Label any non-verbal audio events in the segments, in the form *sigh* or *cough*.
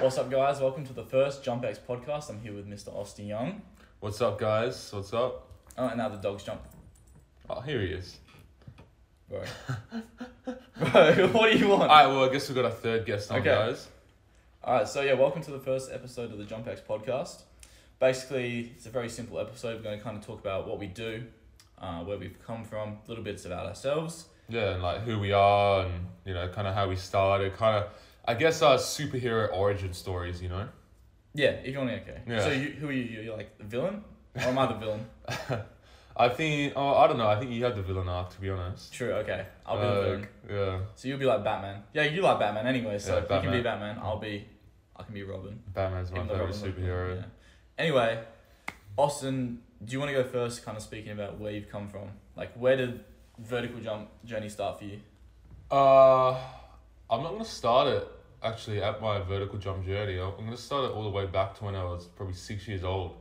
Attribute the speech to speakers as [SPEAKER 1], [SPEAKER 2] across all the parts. [SPEAKER 1] What's up, guys? Welcome to the first Jump X podcast. I'm here with Mr. Austin Young.
[SPEAKER 2] What's up, guys? What's up?
[SPEAKER 1] Oh, and now the dogs jump.
[SPEAKER 2] Oh, here he is. *laughs*
[SPEAKER 1] Bro. Bro, *laughs* what do you want?
[SPEAKER 2] All right, well, I guess we've got our third guest on,
[SPEAKER 1] Okay.
[SPEAKER 2] guys.
[SPEAKER 1] All right, so yeah, welcome to the first episode of the Jump X podcast. Basically, it's a very simple episode. We're going to kind of talk about what we do, uh, where we've come from, little bits about ourselves.
[SPEAKER 2] Yeah, and like who we are and, you know, kind of how we started, kind of, I guess, our superhero origin stories, you know? *laughs*
[SPEAKER 1] Yeah, if you want to, okay.
[SPEAKER 2] Yeah.
[SPEAKER 1] So, you, who are you? You- You're like the villain? Or am I the
[SPEAKER 2] *laughs*
[SPEAKER 1] villain?
[SPEAKER 2] I think, oh, I don't know. I think you had the villain arc, to be honest.
[SPEAKER 1] True, okay. I'll be the
[SPEAKER 2] Uh,
[SPEAKER 1] villain.
[SPEAKER 2] Yeah,
[SPEAKER 1] So, you'll be like Batman. Yeah, you like Batman anyway, so
[SPEAKER 2] Yeah,
[SPEAKER 1] you can be
[SPEAKER 2] Batman.
[SPEAKER 1] Batman. I'll be, I can be Robin.
[SPEAKER 2] Batman's my
[SPEAKER 1] Even though
[SPEAKER 2] favorite
[SPEAKER 1] Robin Hood-
[SPEAKER 2] superhero.
[SPEAKER 1] yeah. Anyway, Austin, do you want to go first, kind of speaking about where you've come from? Like, where did vertical jump journey start for you?
[SPEAKER 2] Uh, I'm not gonna start it actually at my vertical jump journey. I'm I'm gonna start it all the way back to when I was probably six years old.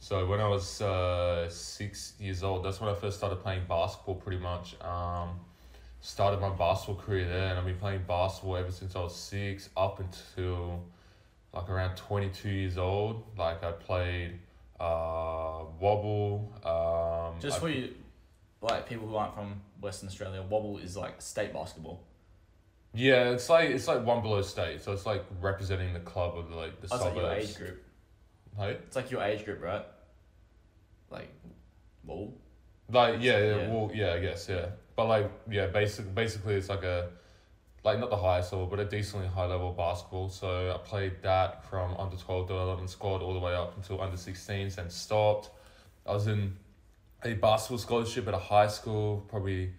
[SPEAKER 2] So when I was uh, six years old, that's when I first started playing basketball. Pretty much, um, started my basketball career there, and I've been playing basketball ever since I was six up until like around twenty two years old. Like I played uh, wobble. Um,
[SPEAKER 1] Just
[SPEAKER 2] I-
[SPEAKER 1] for you, like people who aren't from Western Australia, wobble is like state basketball.
[SPEAKER 2] Yeah, it's like it's like one below state, so it's like representing the club or the, like the
[SPEAKER 1] That's like
[SPEAKER 2] suburbs.
[SPEAKER 1] Oh, your age group.
[SPEAKER 2] Hey?
[SPEAKER 1] It's like your age group, right? Like, wobble.
[SPEAKER 2] Like yeah, yeah,
[SPEAKER 1] Yeah.
[SPEAKER 2] well, yeah, I guess yeah. But like yeah, basic basically it's like a like not the highest level, but a decently high level basketball. So I played that from under twelve development squad all the way up until under sixteens, then stopped. I was in a basketball scholarship at a high school, probably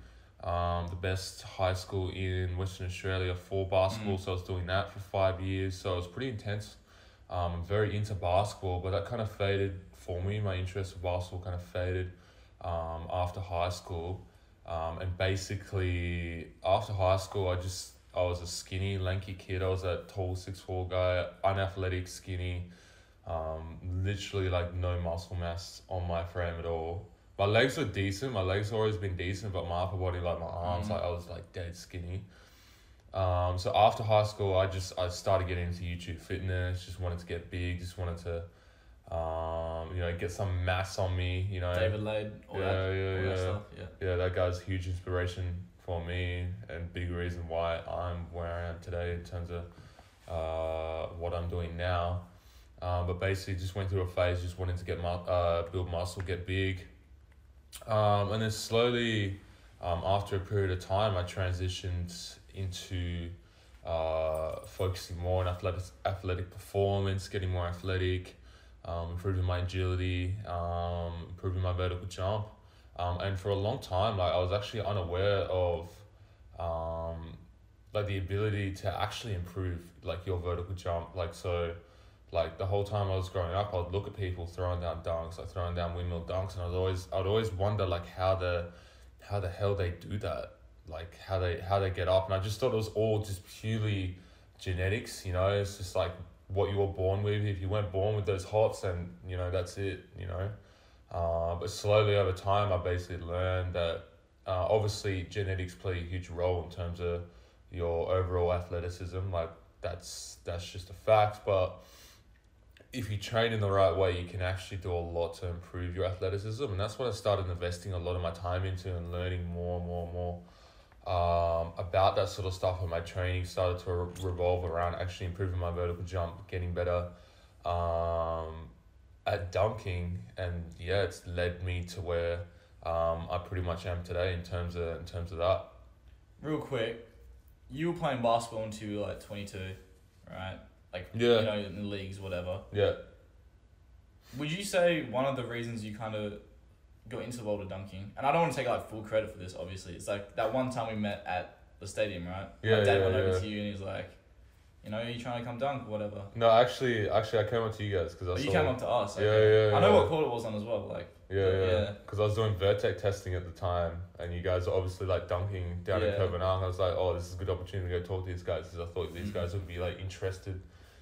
[SPEAKER 2] um, the best high school in Western Australia for basketball.
[SPEAKER 1] Mm.
[SPEAKER 2] So I was doing that for five years. So it was pretty intense. Um, I'm very into basketball, but that kind of faded for me. My interest for basketball kind of faded um, after high school. Um, and basically, after high school, I just I was a skinny, lanky kid. I was that tall, six four guy, unathletic, skinny. Um, literally like no muscle mass on my frame at all. My legs were decent. My legs have always been decent, but my upper body, like my arms,
[SPEAKER 1] Mhm.
[SPEAKER 2] like I was like dead skinny. Um, so after high school, I just I started getting into YouTube fitness. Just wanted to get big. Just wanted to, um, you know, get some mass on me. You know,
[SPEAKER 1] David Lade, all
[SPEAKER 2] yeah,
[SPEAKER 1] that, all
[SPEAKER 2] yeah,
[SPEAKER 1] that
[SPEAKER 2] yeah.
[SPEAKER 1] stuff. Yeah.
[SPEAKER 2] Yeah, that guy's huge inspiration for me and big reason why I'm where I am today in terms of uh, what I'm doing now. Um, but basically, just went through a phase, just wanting to get mu- uh, build muscle, get big, um, and then slowly, um, after a period of time, I transitioned into uh, focusing more on athletic athletic performance, getting more athletic, um, improving my agility, um, improving my vertical jump. Um, and for a long time, like I was actually unaware of, um, like the ability to actually improve like your vertical jump. Like so, like the whole time I was growing up, I'd look at people throwing down dunks, like throwing down windmill dunks, and I'd always I'd always wonder like how the, how the hell they do that, like how they how they get up, and I just thought it was all just purely genetics. You know, it's just like what you were born with. If you weren't born with those hops, then you know that's it. You know. Uh, but slowly over time, I basically learned that uh, obviously genetics play a huge role in terms of your overall athleticism. Like that's that's just a fact. But if you train in the right way, you can actually do a lot to improve your athleticism, and that's what I started investing a lot of my time into and learning more and more and more um, about that sort of stuff. And my training started to re- revolve around actually improving my vertical jump, getting better. Um, at dunking and yeah it's led me to where um, I pretty much am today in terms of in terms of that
[SPEAKER 1] Real quick, you were playing basketball until you were like 22, right? Like,
[SPEAKER 2] Yeah.
[SPEAKER 1] you know, in the leagues, whatever.
[SPEAKER 2] yeah
[SPEAKER 1] Would you say one of the reasons you kind of got into the world of dunking, and I don't want to take like full credit for this, obviously, it's like that one time we met at the stadium, right?
[SPEAKER 2] Yeah,
[SPEAKER 1] My dad
[SPEAKER 2] yeah,
[SPEAKER 1] went over
[SPEAKER 2] yeah.
[SPEAKER 1] to you and he's like, you know, are you trying to come dunk or whatever?
[SPEAKER 2] no actually actually I came up to you guys because I
[SPEAKER 1] But
[SPEAKER 2] saw
[SPEAKER 1] Oh, you came up to us.
[SPEAKER 2] Yeah,
[SPEAKER 1] okay.
[SPEAKER 2] yeah,
[SPEAKER 1] I know
[SPEAKER 2] yeah.
[SPEAKER 1] what court it was on as well. Like,
[SPEAKER 2] yeah yeah
[SPEAKER 1] Yeah.
[SPEAKER 2] because I was doing vertec testing at the time and you guys were obviously like dunking down
[SPEAKER 1] Yeah.
[SPEAKER 2] in Copenhagen I was like oh this is a good opportunity to go talk to these guys because I thought these
[SPEAKER 1] Mhm.
[SPEAKER 2] guys would be like interested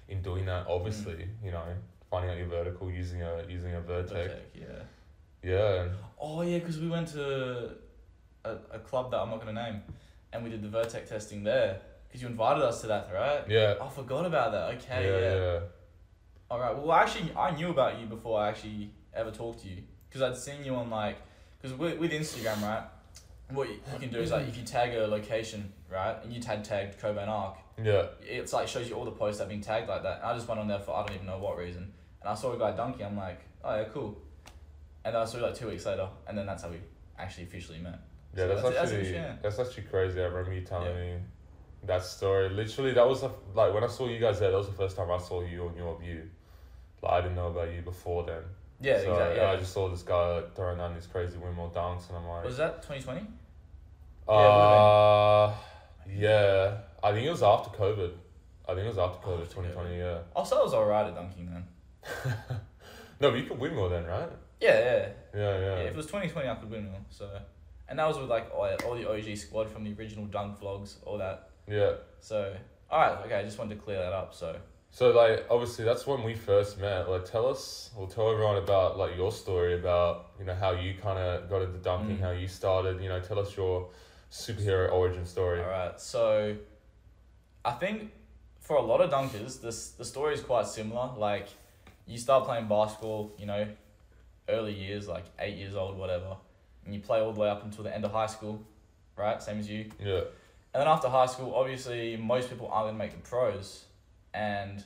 [SPEAKER 2] in doing that obviously you know finding out your vertical using a using a vertec
[SPEAKER 1] Vertec, yeah.
[SPEAKER 2] yeah and
[SPEAKER 1] Oh yeah, because we went to a, a club that I'm not gonna name, and we did the Vertec testing there, because you invited us to that, right?
[SPEAKER 2] Yeah.
[SPEAKER 1] I forgot about that. Okay.
[SPEAKER 2] yeah,
[SPEAKER 1] yeah.
[SPEAKER 2] yeah.
[SPEAKER 1] All right. Well, actually, I knew about you before I actually ever talked to you because I'd seen you on like because with, with Instagram, right? What you you can do is like if you tag a location, right, and you tag tagged Coburn Arc,
[SPEAKER 2] Yeah.
[SPEAKER 1] it's like shows you all the posts that have been tagged like that. And I just went on there for I don't even know what reason, and I saw a guy dunking. I'm like, oh yeah, cool. And then I saw you like two weeks later, and then that's how we actually officially met.
[SPEAKER 2] Yeah,
[SPEAKER 1] So
[SPEAKER 2] that's,
[SPEAKER 1] that's- that's
[SPEAKER 2] actually
[SPEAKER 1] actually- yeah.
[SPEAKER 2] that's actually crazy. I remember you telling
[SPEAKER 1] Yeah.
[SPEAKER 2] me that story. Literally, that was the, f- like when I saw you guys there. That was the first time I saw you and knew of you. Like I didn't know about you before then.
[SPEAKER 1] Yeah,
[SPEAKER 2] so,
[SPEAKER 1] exactly.
[SPEAKER 2] I
[SPEAKER 1] Yeah.
[SPEAKER 2] just saw this guy like, throwing down these crazy windmill dunks, and I'm like,
[SPEAKER 1] Was that twenty twenty?
[SPEAKER 2] uh, yeah. I think it was after COVID. I think it was after COVID,
[SPEAKER 1] After
[SPEAKER 2] 2020. Yeah.
[SPEAKER 1] Oh, so I was alright at dunking then.
[SPEAKER 2] No, but you could windmill then, right?
[SPEAKER 1] Yeah, yeah.
[SPEAKER 2] Yeah, yeah.
[SPEAKER 1] Yeah, if it was 2020, I could win one. So, and that was with like all, all the OG squad from the original dunk vlogs, all that.
[SPEAKER 2] yeah.
[SPEAKER 1] So, all right, okay, I just wanted to clear that up. So,
[SPEAKER 2] So like obviously that's when we first met. Like tell us or tell everyone about like your story about, you know, how you kinda got into dunking,
[SPEAKER 1] Mm.
[SPEAKER 2] how you started, you know, tell us your superhero origin story.
[SPEAKER 1] all right, so I think for a lot of dunkers, this the story is quite similar. Like, you start playing basketball, you know, early years, like eight years old, whatever, and you play all the way up until the end of high school, right? Same as you.
[SPEAKER 2] Yeah.
[SPEAKER 1] And then after high school, obviously, most people aren't going to make the pros. And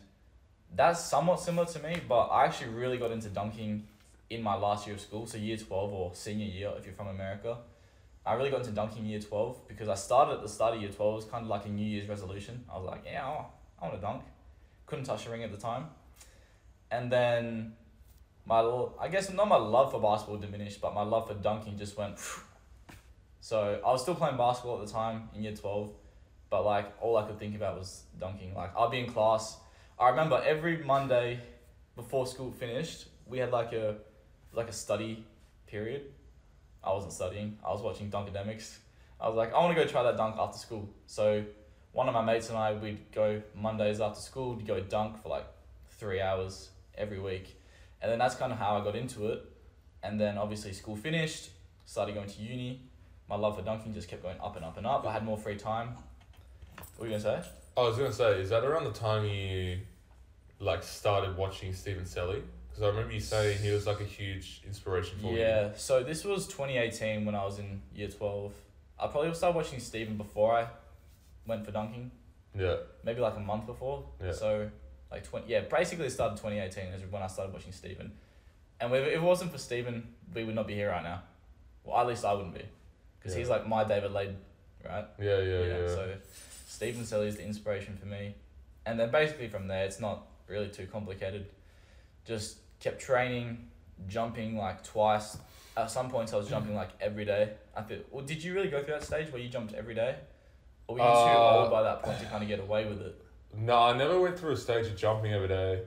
[SPEAKER 1] that's somewhat similar to me, but I actually really got into dunking in my last year of school, so year 12 or senior year if you're from America. I really got into dunking year 12 because I started at the start of year 12. It was kind of like a New Year's resolution. I was like, yeah, I want, I want to dunk. Couldn't touch the ring at the time. And then my, l- I guess not my love for basketball diminished, but my love for dunking just went so I was still playing basketball at the time in year 12, but like all I could think about was dunking. Like I'd be in class. I remember every Monday before school finished, we had like a like a study period. I wasn't studying. I was watching Dunkademics. I was like, I want to go try that dunk after school. So one of my mates and I, we'd go Mondays after school to go dunk for like three hours every week. And then that's kind of how I got into it. And then obviously school finished, started going to uni my love for dunking just kept going up and up and up. I had more free time. What were you gonna say?
[SPEAKER 2] I was gonna say, is that around the time you like started watching Steven Selly? Because I remember you saying he was like a huge inspiration for you.
[SPEAKER 1] Yeah. So this was twenty eighteen when I was in year twelve. I probably started watching Steven before I went for dunking.
[SPEAKER 2] Yeah.
[SPEAKER 1] Maybe like a month before.
[SPEAKER 2] Yeah.
[SPEAKER 1] So like twenty yeah, basically it started twenty eighteen is when I started watching Steven. And if if it wasn't for Steven, we would not be here right now. Well at least I wouldn't be. Because
[SPEAKER 2] Yeah.
[SPEAKER 1] he's like my David Lade, right?
[SPEAKER 2] Yeah, yeah, yeah.
[SPEAKER 1] yeah. So Stephen Selly is the inspiration for me. And then basically from there, it's not really too complicated. Just kept training, jumping like twice. At some points, I
[SPEAKER 2] Hmm.
[SPEAKER 1] was jumping like every day. I think. Well, did you really go through that stage where you jumped every day, or were you too
[SPEAKER 2] Uh,
[SPEAKER 1] old by that point to kind of get away with it?
[SPEAKER 2] No, I never went through a stage of jumping every day.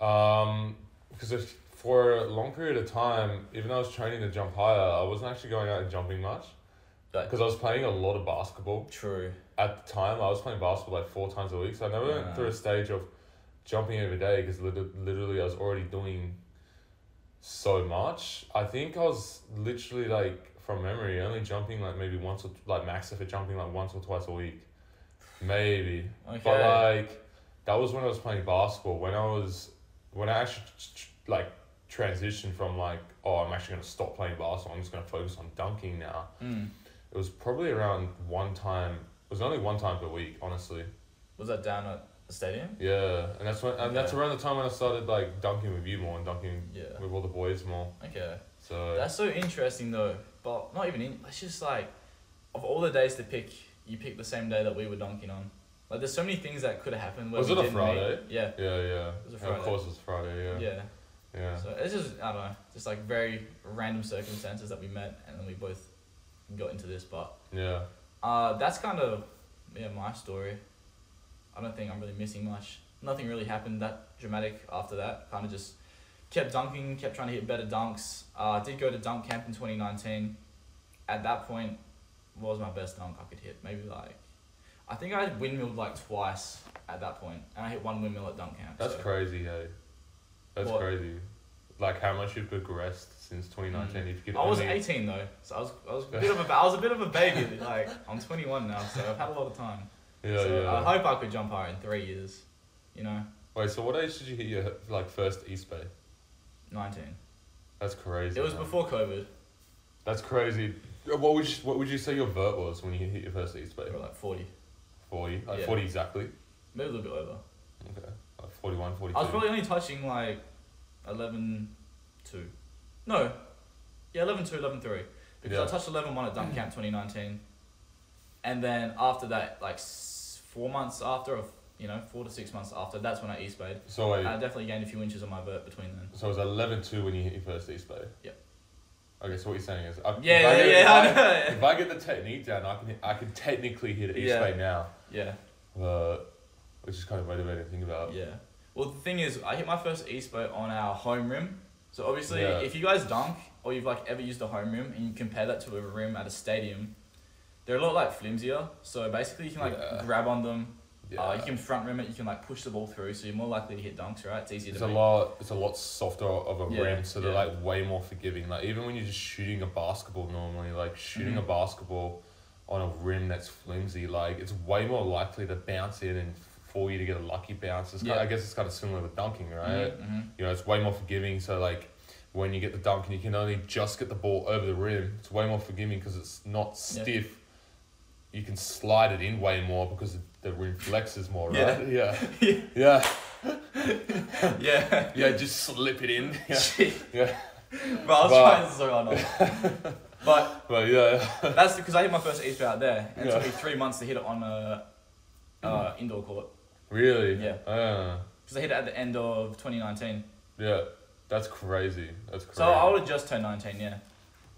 [SPEAKER 2] Um, because if- for a long period of time, even though I was training to jump higher, I wasn't actually going out and jumping much.
[SPEAKER 1] Like-
[SPEAKER 2] Because I was playing a lot of basketball.
[SPEAKER 1] True.
[SPEAKER 2] At the time, I was playing basketball like four times a week. So I never
[SPEAKER 1] Yeah.
[SPEAKER 2] went through a stage of jumping every day because lit- literally I was already doing so much. I think I was literally like, from memory, only jumping like maybe once or like max if it jumping like once or twice a week. Maybe.
[SPEAKER 1] Okay.
[SPEAKER 2] But uh, like that was when I was playing basketball. When I was when I actually tr- tr- like transitioned from like oh I'm actually gonna stop playing basketball. I'm just gonna focus on dunking now.
[SPEAKER 1] Mm.
[SPEAKER 2] It was probably around one time. It was only one time per week, honestly.
[SPEAKER 1] Was that down at the stadium?
[SPEAKER 2] Yeah, and that's when and that's
[SPEAKER 1] Yeah.
[SPEAKER 2] around the time when I started like dunking with you more and dunking
[SPEAKER 1] Yeah.
[SPEAKER 2] with all the boys more.
[SPEAKER 1] Okay.
[SPEAKER 2] So
[SPEAKER 1] That's so interesting though, but not even in. It's just like, of all the days to pick, you pick the same day that we were dunking on. Like, there's so many things that could have happened. Where
[SPEAKER 2] Was
[SPEAKER 1] we
[SPEAKER 2] it a
[SPEAKER 1] didn't
[SPEAKER 2] Friday?
[SPEAKER 1] meet. Yeah,
[SPEAKER 2] yeah, yeah.
[SPEAKER 1] was a
[SPEAKER 2] And of
[SPEAKER 1] Friday.
[SPEAKER 2] course, it's Friday.
[SPEAKER 1] yeah,
[SPEAKER 2] Yeah, yeah.
[SPEAKER 1] So it's just I don't know, just like very random circumstances that we met and then we both got into this. But
[SPEAKER 2] yeah.
[SPEAKER 1] uh, that's kind of yeah my story. I don't think I'm really missing much. Nothing really happened that dramatic after that. Kind of just kept dunking, kept trying to hit better dunks. Uh, I did go to dunk camp in twenty nineteen. At that point, what was my best dunk I could hit? Maybe like, I think I windmilled like twice at that point, and I hit one windmill at dunk camp.
[SPEAKER 2] That's
[SPEAKER 1] so-
[SPEAKER 2] crazy, hey. That's
[SPEAKER 1] What?
[SPEAKER 2] crazy. Like how much you've progressed since twenty nineteen. If you could
[SPEAKER 1] Mm. I was
[SPEAKER 2] only-
[SPEAKER 1] 18
[SPEAKER 2] *laughs*
[SPEAKER 1] though, so I was, I was a bit of a I was a bit of a baby. Like I'm 21 now, so I've had a lot of time.
[SPEAKER 2] Yeah,
[SPEAKER 1] so uh,
[SPEAKER 2] yeah.
[SPEAKER 1] I hope I could jump higher in three years. You know,
[SPEAKER 2] Wait, so what age did you hit your like first East Bay?
[SPEAKER 1] nineteen.
[SPEAKER 2] That's crazy.
[SPEAKER 1] It was
[SPEAKER 2] man.
[SPEAKER 1] before COVID.
[SPEAKER 2] That's crazy. Uh, What would you, what would you say your vert was when you hit your first East Bay?
[SPEAKER 1] We were like forty,
[SPEAKER 2] Forty, like
[SPEAKER 1] Yeah.
[SPEAKER 2] forty exactly.
[SPEAKER 1] maybe a little bit over.
[SPEAKER 2] Okay, like 41, 42.
[SPEAKER 1] I was probably only touching like 11 2. No. Yeah, 11 2, 11 3. Because I
[SPEAKER 2] Yeah.
[SPEAKER 1] touched 11 1 at Dump Camp 2019. And then after that, like s- four months after, or, you know, four to six months after, that's when I East Bayed.
[SPEAKER 2] So wait,
[SPEAKER 1] I definitely gained a few inches on my vert between then.
[SPEAKER 2] so it was eleven two when you hit your first East Bay.
[SPEAKER 1] Yep.
[SPEAKER 2] Okay, so what you're saying is,
[SPEAKER 1] Yeah,
[SPEAKER 2] I, if I
[SPEAKER 1] yeah,
[SPEAKER 2] get-
[SPEAKER 1] yeah, I
[SPEAKER 2] if
[SPEAKER 1] know. *laughs*
[SPEAKER 2] If I get the technique down, I can hit, I can technically hit East
[SPEAKER 1] Yeah.
[SPEAKER 2] Bay now,
[SPEAKER 1] Yeah,
[SPEAKER 2] but which is kind of motivating to think about.
[SPEAKER 1] Oh, yeah. Well, the thing is, I hit my first East Bay on our home rim. So obviously,
[SPEAKER 2] Yeah.
[SPEAKER 1] if you guys dunk or you've like ever used a home rim and you compare that to a rim at a stadium, they're a lot like flimsier. So basically, you can like
[SPEAKER 2] Yeah.
[SPEAKER 1] grab on them
[SPEAKER 2] Yeah.
[SPEAKER 1] Uh, you can front rim it, you can like push the ball through, so you're more likely to hit dunks, right? It's easier
[SPEAKER 2] It's
[SPEAKER 1] to
[SPEAKER 2] a
[SPEAKER 1] make.
[SPEAKER 2] lot. It's a lot softer of a
[SPEAKER 1] Yeah,
[SPEAKER 2] rim, so they're
[SPEAKER 1] yeah.
[SPEAKER 2] like way more forgiving. Like even when you're just shooting a basketball normally, like shooting a
[SPEAKER 1] Mhm.
[SPEAKER 2] basketball on a rim that's flimsy, like it's way more likely to bounce in and for you to get a lucky bounce. It's kind
[SPEAKER 1] Yeah.
[SPEAKER 2] I guess it's kind of similar with dunking, right?
[SPEAKER 1] hmm
[SPEAKER 2] You know, it's way more forgiving. So like when you get the dunk and you can only just get the ball over the rim, it's way more forgiving because it's not
[SPEAKER 1] Yeah.
[SPEAKER 2] stiff. You can slide it in way more because the rim flexes more,
[SPEAKER 1] *laughs* Yeah.
[SPEAKER 2] right? Yeah. yeah.
[SPEAKER 1] *laughs* *laughs* yeah. *laughs*
[SPEAKER 2] Yeah, just slip it in. Yeah. Yeah.
[SPEAKER 1] But I was
[SPEAKER 2] But-
[SPEAKER 1] trying so hard. not
[SPEAKER 2] *laughs*
[SPEAKER 1] to. but
[SPEAKER 2] But yeah, *laughs*
[SPEAKER 1] that's because I hit my first East Bay out there, and it took
[SPEAKER 2] Yeah. Mm.
[SPEAKER 1] me three months to hit it on a uh, indoor court
[SPEAKER 2] really.
[SPEAKER 1] Yeah.
[SPEAKER 2] Uh,
[SPEAKER 1] because I hit it at the end of 2019.
[SPEAKER 2] yeah, that's crazy. That's crazy.
[SPEAKER 1] So I would have just turned 19, yeah.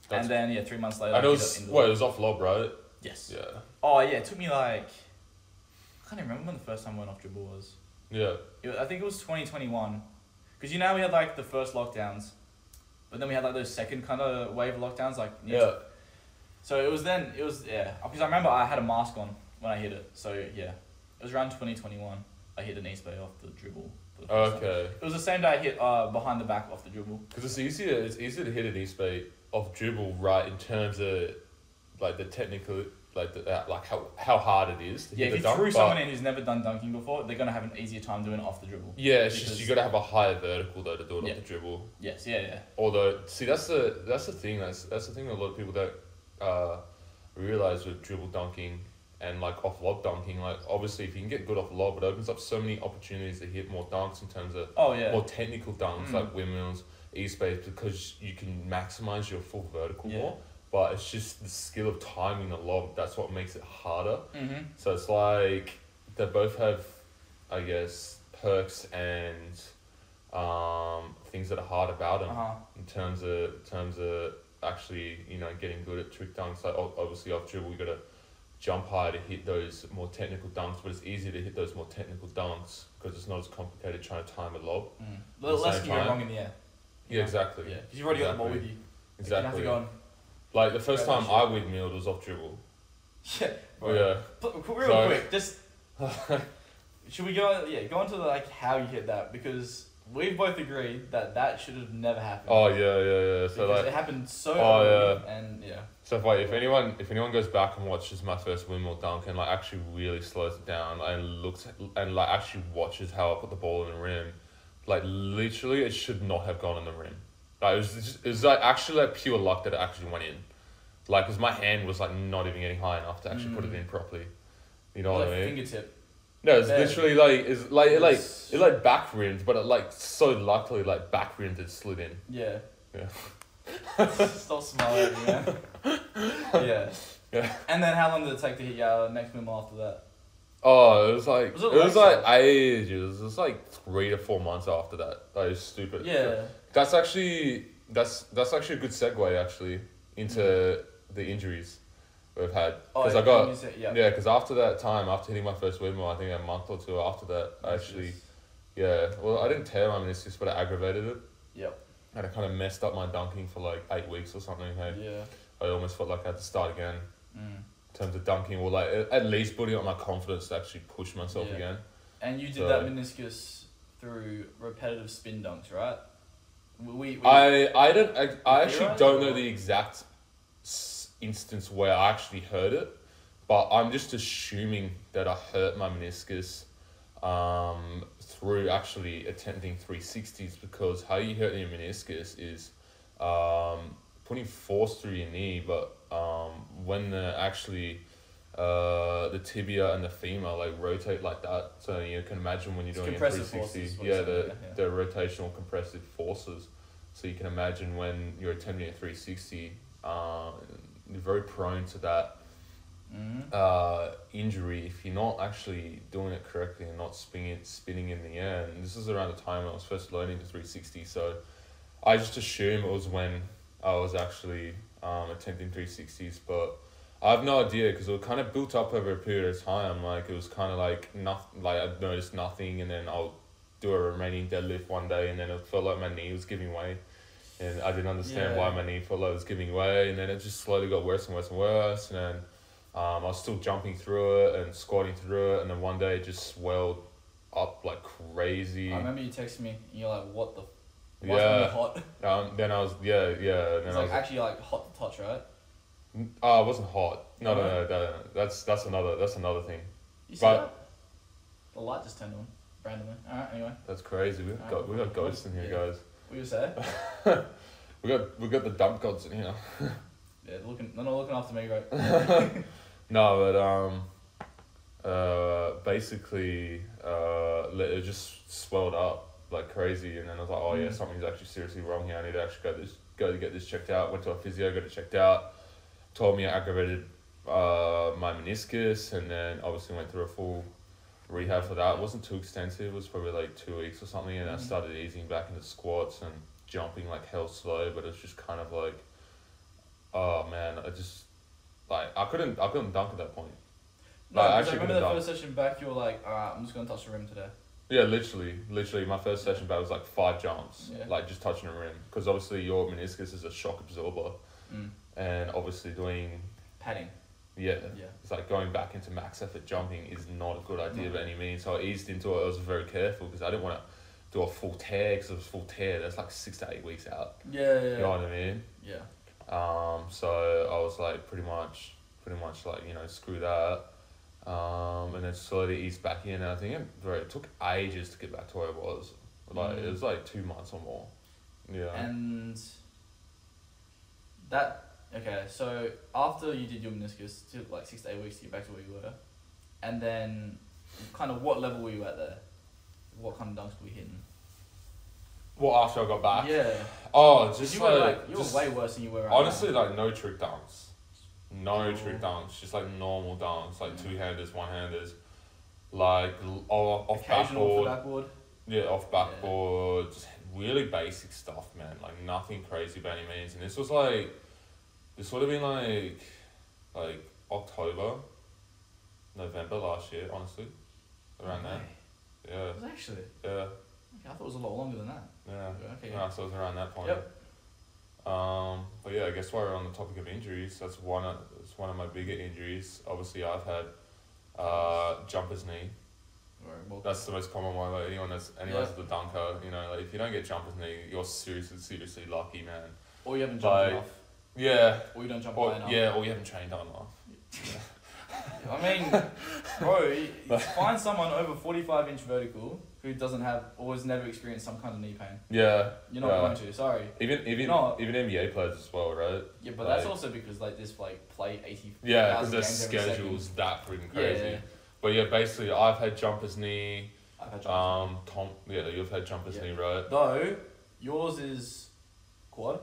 [SPEAKER 2] That's-
[SPEAKER 1] and then yeah, three months later.
[SPEAKER 2] And
[SPEAKER 1] I
[SPEAKER 2] it
[SPEAKER 1] hit
[SPEAKER 2] was
[SPEAKER 1] it indoor.
[SPEAKER 2] well, it was off lob, right?
[SPEAKER 1] Yes.
[SPEAKER 2] Yeah.
[SPEAKER 1] Oh yeah, it took me like I can't even remember when the first time I went off dribble was.
[SPEAKER 2] Yeah.
[SPEAKER 1] It wa- I think it was 2021. Because you know how we had like the first lockdowns, but then we had like those second kind of wave of lockdowns, like near-
[SPEAKER 2] Yeah.
[SPEAKER 1] So it was then it was yeah because I remember I had a mask on when I hit it. So yeah, it was around 2021. I hit an East Bay off the dribble. For the first time.
[SPEAKER 2] Okay.
[SPEAKER 1] It was the same day I hit uh behind the back off the dribble.
[SPEAKER 2] Because it's easier. It's easier to hit an East Bay off dribble, right? In terms of like the technical, like the, that, like how how hard it is to
[SPEAKER 1] Yeah,
[SPEAKER 2] hit
[SPEAKER 1] if
[SPEAKER 2] the
[SPEAKER 1] you
[SPEAKER 2] dunk.
[SPEAKER 1] threw
[SPEAKER 2] but-
[SPEAKER 1] someone in who's never done dunking before, they're gonna have an easier time doing it off the dribble.
[SPEAKER 2] yeah, it's just
[SPEAKER 1] because-
[SPEAKER 2] you got to have a higher vertical though to do it
[SPEAKER 1] Yeah.
[SPEAKER 2] off the dribble.
[SPEAKER 1] Yes, yeah, yeah,
[SPEAKER 2] Although, see, that's the that's the thing. That's that's the thing that a lot of people don't uh, realize with dribble dunking and like off lob dunking. Like, obviously, if you can get good off lob, it opens up so many opportunities to hit more dunks in terms of
[SPEAKER 1] oh yeah,
[SPEAKER 2] more technical dunks
[SPEAKER 1] Mm.
[SPEAKER 2] like windmills, e space, because you can maximize your full vertical
[SPEAKER 1] Yeah.
[SPEAKER 2] more. But it's just the skill of timing the lob. That's what makes it harder.
[SPEAKER 1] mm-hmm.
[SPEAKER 2] So it's like they both have, I guess, perks and um, things that are hard about them
[SPEAKER 1] uh huh,
[SPEAKER 2] in terms of in terms of actually you know getting good at trick dunks. Like ob- obviously off dribble, you got to jump higher to hit those more technical dunks, but it's easier to hit those more technical dunks because it's not as complicated trying to time a lob.
[SPEAKER 1] mm.
[SPEAKER 2] the
[SPEAKER 1] less
[SPEAKER 2] same
[SPEAKER 1] can go
[SPEAKER 2] time.
[SPEAKER 1] wrong in the air.
[SPEAKER 2] Yeah, exactly.
[SPEAKER 1] Yeah, 'cause you've already got the ball with
[SPEAKER 2] Exactly.
[SPEAKER 1] you. You have
[SPEAKER 2] Exactly.
[SPEAKER 1] to go on *laughs*
[SPEAKER 2] Like the first
[SPEAKER 1] Right,
[SPEAKER 2] time I windmilled was off dribble.
[SPEAKER 1] Yeah. Bro.
[SPEAKER 2] Yeah. *laughs*
[SPEAKER 1] Pl- real
[SPEAKER 2] So-
[SPEAKER 1] quick, just should we go? Yeah, go into like how you hit that because we both agreed that that should have never happened.
[SPEAKER 2] Oh yeah, yeah, yeah. So
[SPEAKER 1] because
[SPEAKER 2] like,
[SPEAKER 1] it happened so
[SPEAKER 2] Oh,
[SPEAKER 1] early and yeah,
[SPEAKER 2] So if, like, if anyone if anyone goes back and watches my first windmill dunk and like actually really slows it down and looks and like actually watches how I put the ball in the rim, like literally it should not have gone in the rim. Like it was just, it was like actually like pure luck that it actually went in, like because my hand was like not even getting high enough to actually put it
[SPEAKER 1] Mm.
[SPEAKER 2] in properly. You know
[SPEAKER 1] Like
[SPEAKER 2] what I mean?
[SPEAKER 1] fingertip.
[SPEAKER 2] No, it's
[SPEAKER 1] Yeah.
[SPEAKER 2] literally like it's like it like
[SPEAKER 1] It's-
[SPEAKER 2] it like back rimmed, but it like so luckily like back rimmed it slid in.
[SPEAKER 1] Yeah.
[SPEAKER 2] Yeah.
[SPEAKER 1] *laughs* Stop smiling,
[SPEAKER 2] *laughs*
[SPEAKER 1] man. yeah.
[SPEAKER 2] Yeah.
[SPEAKER 1] And then how long did it take to hit your next move after that?
[SPEAKER 2] Oh, it was like
[SPEAKER 1] Was
[SPEAKER 2] was
[SPEAKER 1] it
[SPEAKER 2] it, was
[SPEAKER 1] Lakeside?
[SPEAKER 2] like ages. It was like three to four months after that. That is stupid.
[SPEAKER 1] Yeah.
[SPEAKER 2] That's actually that's that's actually a good segue actually into the injuries we've had because
[SPEAKER 1] yeah,
[SPEAKER 2] I got
[SPEAKER 1] Oh, you said-
[SPEAKER 2] yeah
[SPEAKER 1] yeah.
[SPEAKER 2] because after that time after hitting my first windmill I think a month or two after that I actually yeah well I didn't tear my meniscus but I aggravated it
[SPEAKER 1] Yep.
[SPEAKER 2] and I kind of messed up my dunking for like eight weeks or something. I,
[SPEAKER 1] Yeah.
[SPEAKER 2] I almost felt like I had to start again
[SPEAKER 1] Mm.
[SPEAKER 2] in terms of dunking or like at- at least building up my confidence to actually push myself
[SPEAKER 1] Yeah.
[SPEAKER 2] again.
[SPEAKER 1] And you did
[SPEAKER 2] So-
[SPEAKER 1] that meniscus through repetitive spin dunks, right? We, we
[SPEAKER 2] I I don't I, I
[SPEAKER 1] Theorise
[SPEAKER 2] actually don't
[SPEAKER 1] or-
[SPEAKER 2] know the exact s- instance where I actually heard it but I'm just assuming that I hurt my meniscus um, through actually attempting 360s because how you hurt your meniscus is um, putting force through your knee, but um, when the actually uh, the tibia and the femur like rotate like that, so you can imagine when you're
[SPEAKER 1] It's
[SPEAKER 2] doing a
[SPEAKER 1] compressive
[SPEAKER 2] 360,
[SPEAKER 1] forces, what
[SPEAKER 2] yeah,
[SPEAKER 1] it's-
[SPEAKER 2] the,
[SPEAKER 1] yeah, yeah.
[SPEAKER 2] the rotational compressive forces. So you can imagine when you're attempting a 360, uh, you're very prone to that
[SPEAKER 1] Mm-hmm.
[SPEAKER 2] uh, injury if you're not actually doing it correctly and not spinning it, spinning in the air. And this is around the time when I was first learning the 360. So I just assume it was when I was actually um, attempting 360s, but I have no idea because it was kind of built up over a period of time. Like it was kind of like nothing, like I'd noticed nothing and then I'll do a remaining deadlift one day and then it felt like my knee was giving way. And I didn't understand
[SPEAKER 1] Yeah.
[SPEAKER 2] why my knee felt like it was giving way, and then it just slowly got worse and worse and worse. And then um, I was still jumping through it and squatting through it, and then one day it just swelled up like crazy.
[SPEAKER 1] I remember you texted me and you're like, what the? F- why is my knee
[SPEAKER 2] yeah.
[SPEAKER 1] hot?
[SPEAKER 2] Um, then I was yeah yeah. And
[SPEAKER 1] It's
[SPEAKER 2] then I
[SPEAKER 1] like
[SPEAKER 2] was
[SPEAKER 1] actually like hot to touch, right?
[SPEAKER 2] oh, it wasn't hot. No, no,
[SPEAKER 1] Oh,
[SPEAKER 2] no, no, no, That's that's another that's another thing.
[SPEAKER 1] You see
[SPEAKER 2] But-
[SPEAKER 1] that? The light just turned on randomly. All right. Anyway,
[SPEAKER 2] That's crazy. We got we got ghosts in here,
[SPEAKER 1] Yeah.
[SPEAKER 2] guys.
[SPEAKER 1] we were
[SPEAKER 2] *laughs*
[SPEAKER 1] saying.
[SPEAKER 2] We got we got the dump gods in here.
[SPEAKER 1] Yeah, looking. They're not looking after me, right?
[SPEAKER 2] No, but um, uh, basically, uh, li- it just swelled up like crazy, and then I was like, oh yeah,
[SPEAKER 1] Mm.
[SPEAKER 2] something's actually seriously wrong here. I need to actually go this go to get this checked out. Went to a physio, got it checked out. Told me I aggravated uh, my meniscus, and then obviously went through a full rehab for that. It wasn't too extensive. It was probably like two weeks or something, and I
[SPEAKER 1] Mm.
[SPEAKER 2] started easing back into squats and jumping like hell slow. But it was just kind of like, oh man, I just like I couldn't I couldn't dunk at that point.
[SPEAKER 1] No,
[SPEAKER 2] Like,
[SPEAKER 1] because
[SPEAKER 2] actually
[SPEAKER 1] I remember
[SPEAKER 2] could've
[SPEAKER 1] that
[SPEAKER 2] done.
[SPEAKER 1] first session back. You were like, all right, I'm just gonna touch the rim today.
[SPEAKER 2] Yeah, literally, literally, my first session back was like five jumps,
[SPEAKER 1] Yeah.
[SPEAKER 2] like just touching the rim, because obviously your meniscus is a shock absorber,
[SPEAKER 1] Mm.
[SPEAKER 2] and obviously doing
[SPEAKER 1] Padding.
[SPEAKER 2] yeah,
[SPEAKER 1] Yeah.
[SPEAKER 2] it's like going back into max effort jumping is not a good idea
[SPEAKER 1] No.
[SPEAKER 2] by any means. So I eased into it. I was very careful because I didn't want to do a full tear because it was full tear. That's like six to eight weeks out.
[SPEAKER 1] Yeah. Yeah.
[SPEAKER 2] You know
[SPEAKER 1] Yeah.
[SPEAKER 2] what I mean?
[SPEAKER 1] yeah.
[SPEAKER 2] Um, so I was like pretty much, pretty much like you know screw that, um, and then slowly ease back in. And I think it, bro, it took ages to get back to where it was. Like it was like two months or more. Yeah.
[SPEAKER 1] Mm. And that okay, so after you did your meniscus, it took like six to eight weeks to get back to where you were, and then kind of what level were you at there? What kind of dunks were you hitting?
[SPEAKER 2] well, after I got back.
[SPEAKER 1] Yeah,
[SPEAKER 2] Oh,
[SPEAKER 1] 'Cause
[SPEAKER 2] just
[SPEAKER 1] you
[SPEAKER 2] like,
[SPEAKER 1] were like you
[SPEAKER 2] just-
[SPEAKER 1] were way worse than you were. uh, Right
[SPEAKER 2] honestly
[SPEAKER 1] now.
[SPEAKER 2] like no trick dance, no
[SPEAKER 1] Oh.
[SPEAKER 2] trick dance, just like normal dance, like
[SPEAKER 1] Mm.
[SPEAKER 2] two handers, one handers, like l- off off
[SPEAKER 1] occasional off
[SPEAKER 2] backboard,
[SPEAKER 1] the backboard.
[SPEAKER 2] Yeah, off
[SPEAKER 1] Yeah.
[SPEAKER 2] backboard, just really basic stuff, man. Like nothing crazy by any means. And this was like, this would have been like, like October, November last year, honestly, around
[SPEAKER 1] okay.
[SPEAKER 2] that. Yeah,
[SPEAKER 1] It was actually. Okay,
[SPEAKER 2] yeah,
[SPEAKER 1] I thought it was a lot longer than that.
[SPEAKER 2] yeah.
[SPEAKER 1] Okay.
[SPEAKER 2] No, so it was around that point.
[SPEAKER 1] Yep.
[SPEAKER 2] Um, but yeah, I guess while we're on the topic of injuries, that's one of it's one of my bigger injuries. Obviously, I've had uh, jumper's knee.
[SPEAKER 1] Alright, well,
[SPEAKER 2] That's the most common one. Like anyone that's anyone's
[SPEAKER 1] Yeah.
[SPEAKER 2] the dunker, you know, like if you don't get jumper's knee, you're seriously, seriously lucky, man.
[SPEAKER 1] or you haven't jumped
[SPEAKER 2] like-
[SPEAKER 1] enough,
[SPEAKER 2] Yeah.
[SPEAKER 1] or you don't jump high
[SPEAKER 2] Or,
[SPEAKER 1] enough.
[SPEAKER 2] Oh, yeah, or you haven't trained hard enough.
[SPEAKER 1] I
[SPEAKER 2] *laughs*
[SPEAKER 1] mean, bro, you- you find someone over 45 inch vertical who doesn't have or has never experienced some kind of knee pain.
[SPEAKER 2] Yeah.
[SPEAKER 1] You're not
[SPEAKER 2] Yeah.
[SPEAKER 1] going to, sorry.
[SPEAKER 2] Even even
[SPEAKER 1] No.
[SPEAKER 2] even NBA players as well, right?
[SPEAKER 1] Yeah, but that's
[SPEAKER 2] Like-
[SPEAKER 1] also because like this like play 80
[SPEAKER 2] Yeah, because their
[SPEAKER 1] games every
[SPEAKER 2] schedule's that freaking
[SPEAKER 1] Yeah, yeah,
[SPEAKER 2] crazy.
[SPEAKER 1] yeah.
[SPEAKER 2] But yeah, basically, I've had jumper's knee.
[SPEAKER 1] second. I've had jumps.
[SPEAKER 2] Um, Tom, yeah, you've had jumper's
[SPEAKER 1] Yeah.
[SPEAKER 2] knee, right?
[SPEAKER 1] Though, yours is quad.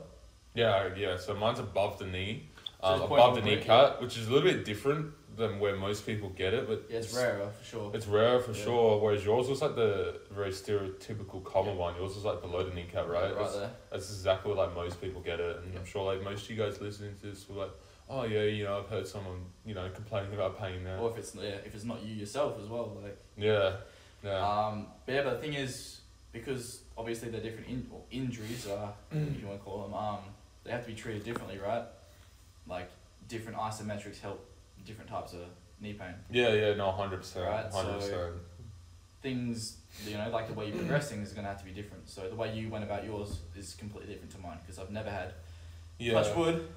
[SPEAKER 2] Yeah, yeah. So mine's above the knee,
[SPEAKER 1] So
[SPEAKER 2] um,
[SPEAKER 1] it's point
[SPEAKER 2] above the
[SPEAKER 1] of
[SPEAKER 2] knee
[SPEAKER 1] break,
[SPEAKER 2] cut, which is a little bit different than where most people get it. But
[SPEAKER 1] Yeah, it's rarer for sure.
[SPEAKER 2] It's rare for
[SPEAKER 1] Yeah.
[SPEAKER 2] sure. Whereas yours was like the very stereotypical common
[SPEAKER 1] Yeah.
[SPEAKER 2] one. Yours was like below the kneecap, right?
[SPEAKER 1] Right
[SPEAKER 2] that's,
[SPEAKER 1] there.
[SPEAKER 2] that's exactly like most people get it, and
[SPEAKER 1] Yeah.
[SPEAKER 2] I'm sure like most of you guys listening to this were like, oh yeah, you know, I've heard someone you know complaining about pain there.
[SPEAKER 1] Or if it's yeah, if it's not you yourself as well, like.
[SPEAKER 2] yeah, yeah,
[SPEAKER 1] Um, but yeah, but the thing is, because obviously they're different in- or injuries, uh,
[SPEAKER 2] Mm.
[SPEAKER 1] if you want to call them, um, they have to be treated differently, right? Like different isometrics help different types of knee pain.
[SPEAKER 2] yeah, yeah. No, hundred percent,
[SPEAKER 1] Right, so-
[SPEAKER 2] hundred percent.
[SPEAKER 1] Things, you know, like the way you
[SPEAKER 2] Mm.
[SPEAKER 1] progress things is going to have to be different. So the way you went about yours is completely different to mine because I've never had
[SPEAKER 2] Yeah,
[SPEAKER 1] touch wood,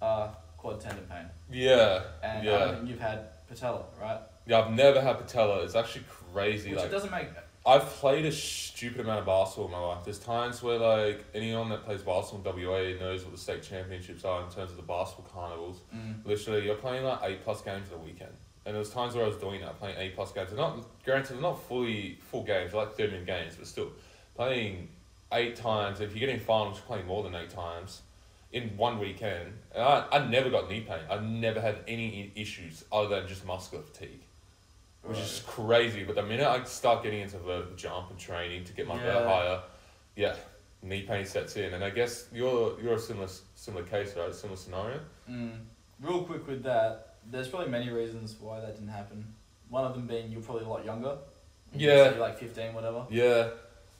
[SPEAKER 1] uh, quad tendon pain,
[SPEAKER 2] Yeah.
[SPEAKER 1] and um, I
[SPEAKER 2] yeah.
[SPEAKER 1] don't think you've had patella, right?
[SPEAKER 2] Yeah, I've never had patella. It's actually crazy.
[SPEAKER 1] Which
[SPEAKER 2] like
[SPEAKER 1] it doesn't make.
[SPEAKER 2] I've played a stupid amount of basketball in my life. There's times where like anyone that plays basketball in WA knows what the state championships are in terms of the basketball carnivals.
[SPEAKER 1] Mm,
[SPEAKER 2] Literally, you're playing like eight plus games in a weekend. And there was times where I was doing that, playing eight plus games. They're not granted, they're not fully full games, they're like thirty minute games, but still playing eight times. If you're getting finals, you're playing more than eight times in one weekend. And I, I never got knee pain. I never had any i- issues other than just muscular fatigue which is crazy. But the minute I start getting into vertical jump and training to get my vert
[SPEAKER 1] Yeah.
[SPEAKER 2] higher, yeah, knee pain sets in. And I guess you're you're a similar similar case, right? Similar scenario.
[SPEAKER 1] Mm. Real quick with that, there's probably many reasons why that didn't happen. One of them being you're probably a lot younger. You're
[SPEAKER 2] Yeah.
[SPEAKER 1] probably like 15, whatever.
[SPEAKER 2] Yeah,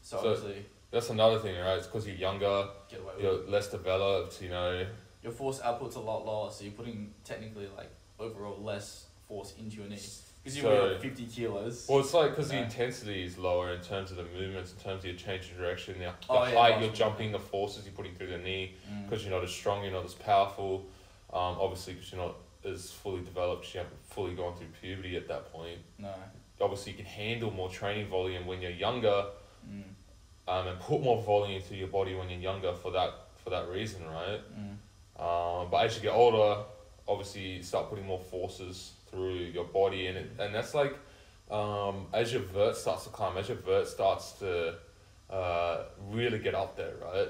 [SPEAKER 1] So,
[SPEAKER 2] So-
[SPEAKER 1] obviously,
[SPEAKER 2] that's another thing, right? It's because you're younger,
[SPEAKER 1] get away with it.
[SPEAKER 2] you're less developed. You know,
[SPEAKER 1] Your force output's a lot lower, so you're putting technically like overall less force into your knee. Because you
[SPEAKER 2] So-
[SPEAKER 1] weigh like 50 kilos.
[SPEAKER 2] well, it's like because the
[SPEAKER 1] Yeah.
[SPEAKER 2] intensity is lower in terms of the movements, in terms of your change of direction, the, the
[SPEAKER 1] Oh, yeah,
[SPEAKER 2] height you're
[SPEAKER 1] basketball.
[SPEAKER 2] jumping, the forces you're putting through the knee.
[SPEAKER 1] Mm.
[SPEAKER 2] because you're not as strong, you're not as powerful. Um, obviously, because you're not as fully developed, you haven't fully gone through puberty at that point.
[SPEAKER 1] No.
[SPEAKER 2] Obviously, you can handle more training volume when you're younger,
[SPEAKER 1] Mm.
[SPEAKER 2] um, and put more volume into your body when you're younger for that for that reason, right?
[SPEAKER 1] Mm.
[SPEAKER 2] Um, but as you get older, obviously, you start putting more forces through your body, and it, and that's like um, as your vert starts to climb, as your vert starts to uh, really get up there, right?